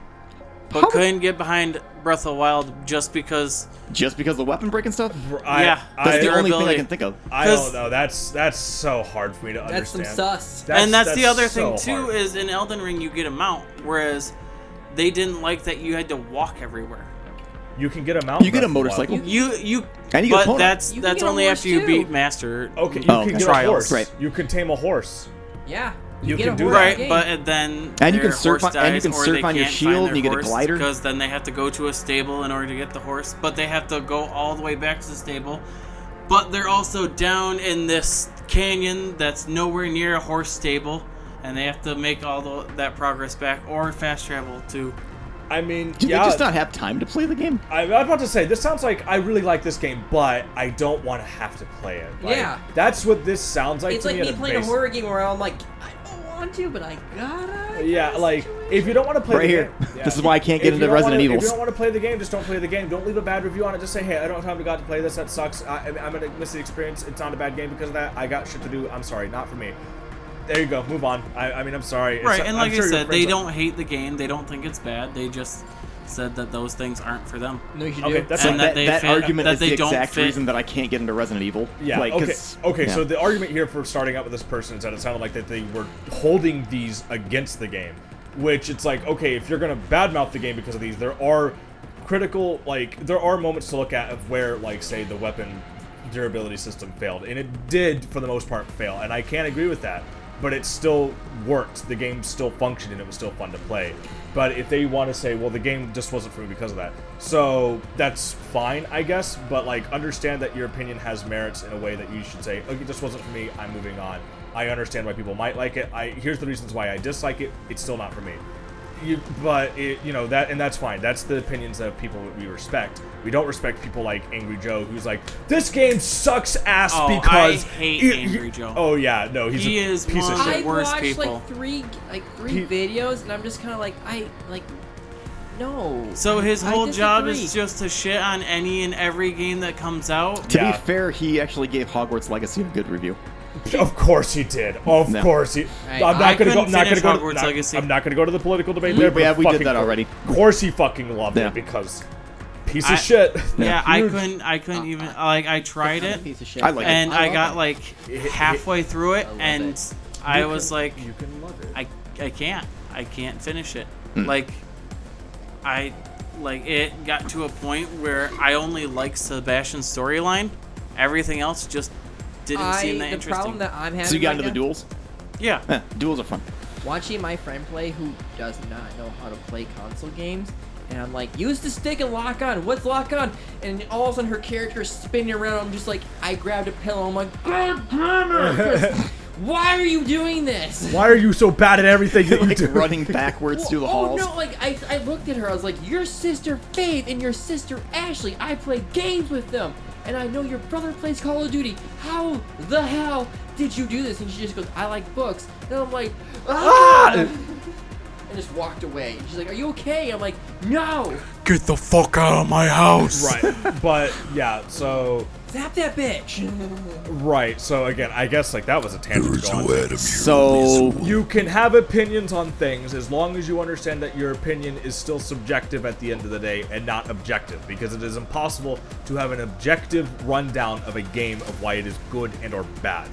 S2: but
S4: How-
S2: couldn't get behind Breath of the Wild just because.
S4: Just because of the weapon break and stuff?
S6: I,
S2: Yeah.
S4: That's
S6: I,
S4: the only thing I
S2: durability.
S4: can think of.
S6: I don't
S2: 'Cause-
S6: know. That's that's so hard for me to
S3: That's some
S6: understand.
S3: sus.
S2: and that's, the other thing
S6: so
S2: too
S6: hard.
S2: is in Elden Ring you get a mount, whereas they didn't like that you had to walk everywhere.
S6: you can get a mountain.
S4: You get a
S6: bike for while.
S4: motorcycle.
S2: You you.
S4: And you get
S2: but
S4: a pony.
S2: that's
S3: You can
S2: that's
S3: get a
S2: only
S3: horse,
S2: after you
S3: too.
S2: beat Master.
S6: Okay, you
S4: Oh,
S6: can
S4: okay.
S6: get a
S2: Trials.
S6: horse.
S4: Right.
S6: You can tame a horse.
S3: Yeah,
S6: You
S3: get
S6: can
S3: a
S6: do
S3: horse
S6: that.
S3: in
S2: Right,
S3: the game.
S2: but then
S4: And you
S2: their
S4: can surf
S2: horse
S4: on- and you
S2: dies
S4: can
S2: or
S4: surf
S2: they
S4: on your
S2: can't
S4: shield
S2: find
S4: and you
S2: their
S4: get a
S2: horse
S4: glider.
S2: because then they have to go to a stable in order to get the horse, but they have to go all the way back to the stable. But they're also down in this canyon that's nowhere near a horse stable, and they have to make all the, that progress back or fast travel to.
S6: I mean,
S4: Do
S6: yeah.
S4: they just not have time to play the game?
S6: I, I'm about to say this sounds like I really like this game, but I don't want to have to play it. Like,
S3: Yeah.
S6: that's what this sounds like.
S3: it's
S6: to
S3: like
S6: me, at
S3: me playing a
S6: base-
S3: horror game where I'm like, I don't want to, but I gotta. I
S6: Yeah,
S3: gotta
S6: like if you don't want to play
S4: Right
S6: the
S4: here.
S6: game, yeah.
S4: This is why I can't get
S6: If you
S4: into
S6: don't
S4: Resident
S6: wanna- If
S4: Evils.
S6: you don't want to play the game, just don't play the game. Don't leave a bad review on it. Just say, hey, I don't have time to got to play this. That sucks. I, I'm- I'm gonna miss the experience. It's not a bad game because of that. I got shit to do. I'm sorry, not for me. There you go. Move on. I, I mean, I'm sorry. It's-
S2: Right,
S6: I'm
S2: and like
S6: sure
S2: I
S6: your
S2: said, they
S6: friends-
S2: don't hate the game, they don't think it's bad, they just said that those things aren't for them.
S3: No, you should
S6: Okay,
S3: do.
S6: that's
S2: And
S6: fine.
S2: that
S4: that
S2: they
S4: that
S2: fit-
S4: argument
S2: that
S4: is
S2: they
S4: the
S2: don't
S4: exact
S2: fit-
S4: reason that I can't get into Resident Evil.
S6: Yeah.
S4: Like,
S6: okay.
S4: 'cause-
S6: Okay.
S4: yeah.
S6: So the argument here for starting out with this person is that it sounded like that they were holding these against the game, which it's like, okay, if you're gonna badmouth the game because of these, there are critical, like, there are moments to look at of where, like, say, the weapon durability system failed, and it did for the most part fail, and I can't agree with that. But it still worked. The game still functioned, and it was still fun to play. But if they want to say, well, the game just wasn't for me because of that, so that's fine, I guess. But like, understand that your opinion has merits in a way that you should say, okay, this wasn't for me. I'm moving on. I understand why people might like it. I here's the reasons why I dislike it. It's still not for me. You, but it, you know that, and that's fine. That's the opinions of people that we respect. We don't respect people like Angry Joe, who's like, this game sucks ass
S2: Oh, I
S6: because
S2: hate
S6: you-
S2: Angry
S6: you-
S2: Joe.
S6: Oh yeah, no, he's
S2: He
S6: a
S2: is
S6: piece of
S2: one-
S6: shit.
S3: I
S2: worse
S3: watched
S2: people.
S3: like three like
S6: He-
S3: three videos, and I'm just kind of like, I like, no.
S2: So his
S3: I
S2: whole job is
S3: disagree.
S2: just to shit on any and every game that comes out.
S4: To
S6: Yeah.
S4: be fair, he actually gave Hogwarts Legacy a good review.
S6: Of course he did. Of
S4: No.
S6: course he.
S3: Right,
S6: I'm not
S3: I
S6: gonna go.
S2: couldn't
S6: I'm not gonna
S2: finish
S6: go. To,
S2: Hogwarts
S6: not-
S2: Legacy.
S6: I'm not gonna go to the political debate there. But
S4: yeah,
S6: of
S4: we did
S6: fucking
S4: that
S6: course-
S4: already.
S6: Of course he fucking loved
S4: Yeah.
S6: it because piece
S2: I-
S6: of shit.
S2: Yeah, I
S6: Huge.
S2: couldn't. I couldn't even. Like I tried
S3: Kind of
S2: it,
S3: piece of shit.
S4: I like it.
S2: and I
S3: love
S2: got
S3: it.
S2: like halfway through it, and I was like,
S6: you can love it.
S2: I, I can't. I can't finish it. Like, I, like it got to a point where I only liked Sebastian's storyline. Everything else just didn't
S3: I,
S2: seem that
S3: the
S2: interesting.
S3: problem that I'm having.
S4: So you got
S3: right
S4: into the
S3: now-
S4: duels?
S2: yeah.
S4: Huh, duels are fun.
S3: watching my friend play who does not know how to play console games and i'm like use the stick and lock on what's lock on and all of a sudden her character is spinning around i'm just like i grabbed a pillow i'm like god damn it Chris, why are you doing this
S6: Why are you so bad at everything that you
S4: Like
S6: do?
S4: running backwards
S3: Well,
S4: through the
S3: oh
S4: halls.
S3: no like I, I looked at her i was like your sister faith and your sister ashley i play games with them and i know your brother plays call of duty how the hell did you do this and she just goes i like books and i'm like ah! and just walked away. She's like, "Are you okay?" I'm like, "No,
S2: Get the fuck out of my house.
S6: Right. But yeah. So
S3: zap that bitch."
S6: right. So again, I guess like that was a tangent. going.
S4: So
S6: You can have opinions on things as long as you understand that your opinion is still subjective at the end of the day and not objective, because it is impossible to have an objective rundown of a game of why it is good and or bad.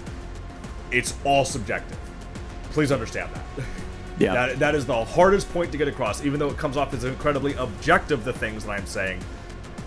S6: It's all subjective. Please understand that.
S4: Yeah.
S6: That, that is the hardest point to get across, even though it comes off as incredibly objective, the things that I'm saying.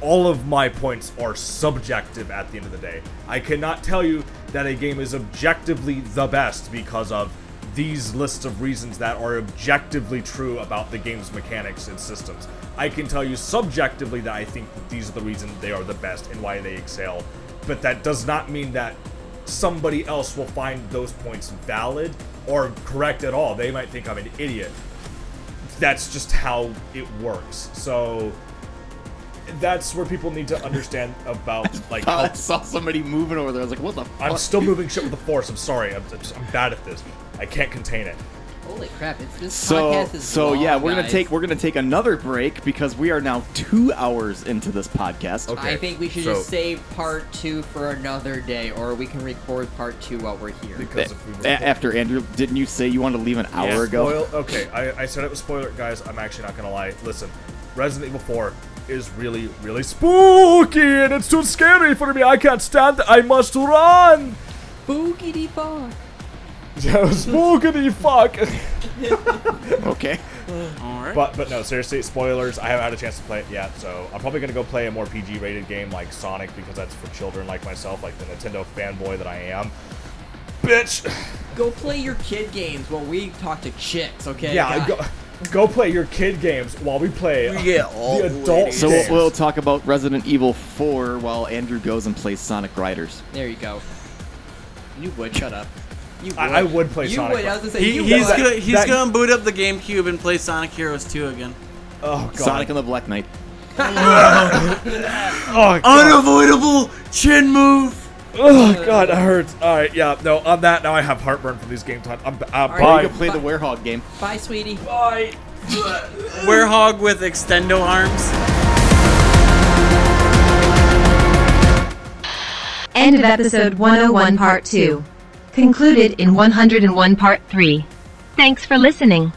S6: All of my points are subjective at the end of the day. I cannot tell you that a game is objectively the best because of these lists of reasons that are objectively true about the game's mechanics and systems. I can tell you subjectively that I think that these are the reasons they are the best and why they excel, but that does not mean that somebody else will find those points valid or correct at all. They might think I'm an idiot. That's just how it works. So that's where people need to understand about like
S4: Oh,
S6: how
S4: I saw somebody moving over there. I was like, what the fuck?
S6: I'm still moving shit with the force. I'm sorry. I'm, I'm, just- I'm bad at this. I can't contain it.
S3: Holy crap! It's this
S4: so
S3: podcast is
S4: so
S3: long,
S4: yeah, we're gonna
S3: guys.
S4: take we're gonna take another break because we are now two hours into this podcast.
S3: I think we should just save part two for another day, or we can record part two while we're here.
S6: because if we
S4: A- after Andrew, didn't you say you wanted to leave an hour ago?
S6: Spoil- okay, I, I said it was spoiler, guys. I'm actually not gonna lie. Listen, Resident Evil 4 is really, really
S5: Spooky and it's too scary for me. I can't stand. it. I must run.
S3: Boogity fuck.
S5: Spooky fuck.
S4: Okay.
S2: All right.
S6: But but no, seriously, spoilers. I haven't had a chance to play it yet, so I'm probably gonna go play a more PG-rated game like Sonic because that's for children like myself, like the Nintendo fanboy that I am. Bitch.
S3: Go play your kid games while we talk to chicks, okay?
S6: Yeah, I
S3: God.
S6: go, go play your kid games while we play
S2: Yeah, all
S6: the adult.
S4: So
S6: games.
S4: we'll, we'll talk about Resident Evil 4 while Andrew goes and plays Sonic Riders.
S3: There you go. You would shut up. You would.
S6: I- I would play
S3: you
S6: Sonic
S3: Would. I was
S6: Riders.
S3: gonna say
S2: He,
S3: you
S2: he's
S3: would.
S2: gonna, he's
S6: that-
S2: gonna boot up the GameCube and play Sonic Heroes 2 again.
S6: oh god.
S4: Sonic and the Black Knight.
S6: oh god.
S2: Unavoidable chin move.
S6: Oh god, that hurts. All right, yeah. No, on that now I have heartburn from these game time. I'm uh,
S3: right,
S4: Or
S6: bye.
S4: you can play the Werehog game.
S3: Bye, sweetie.
S2: Werehog with extendo arms.
S1: End of episode 101 part 2. Concluded in 101 part 3. Thanks for listening.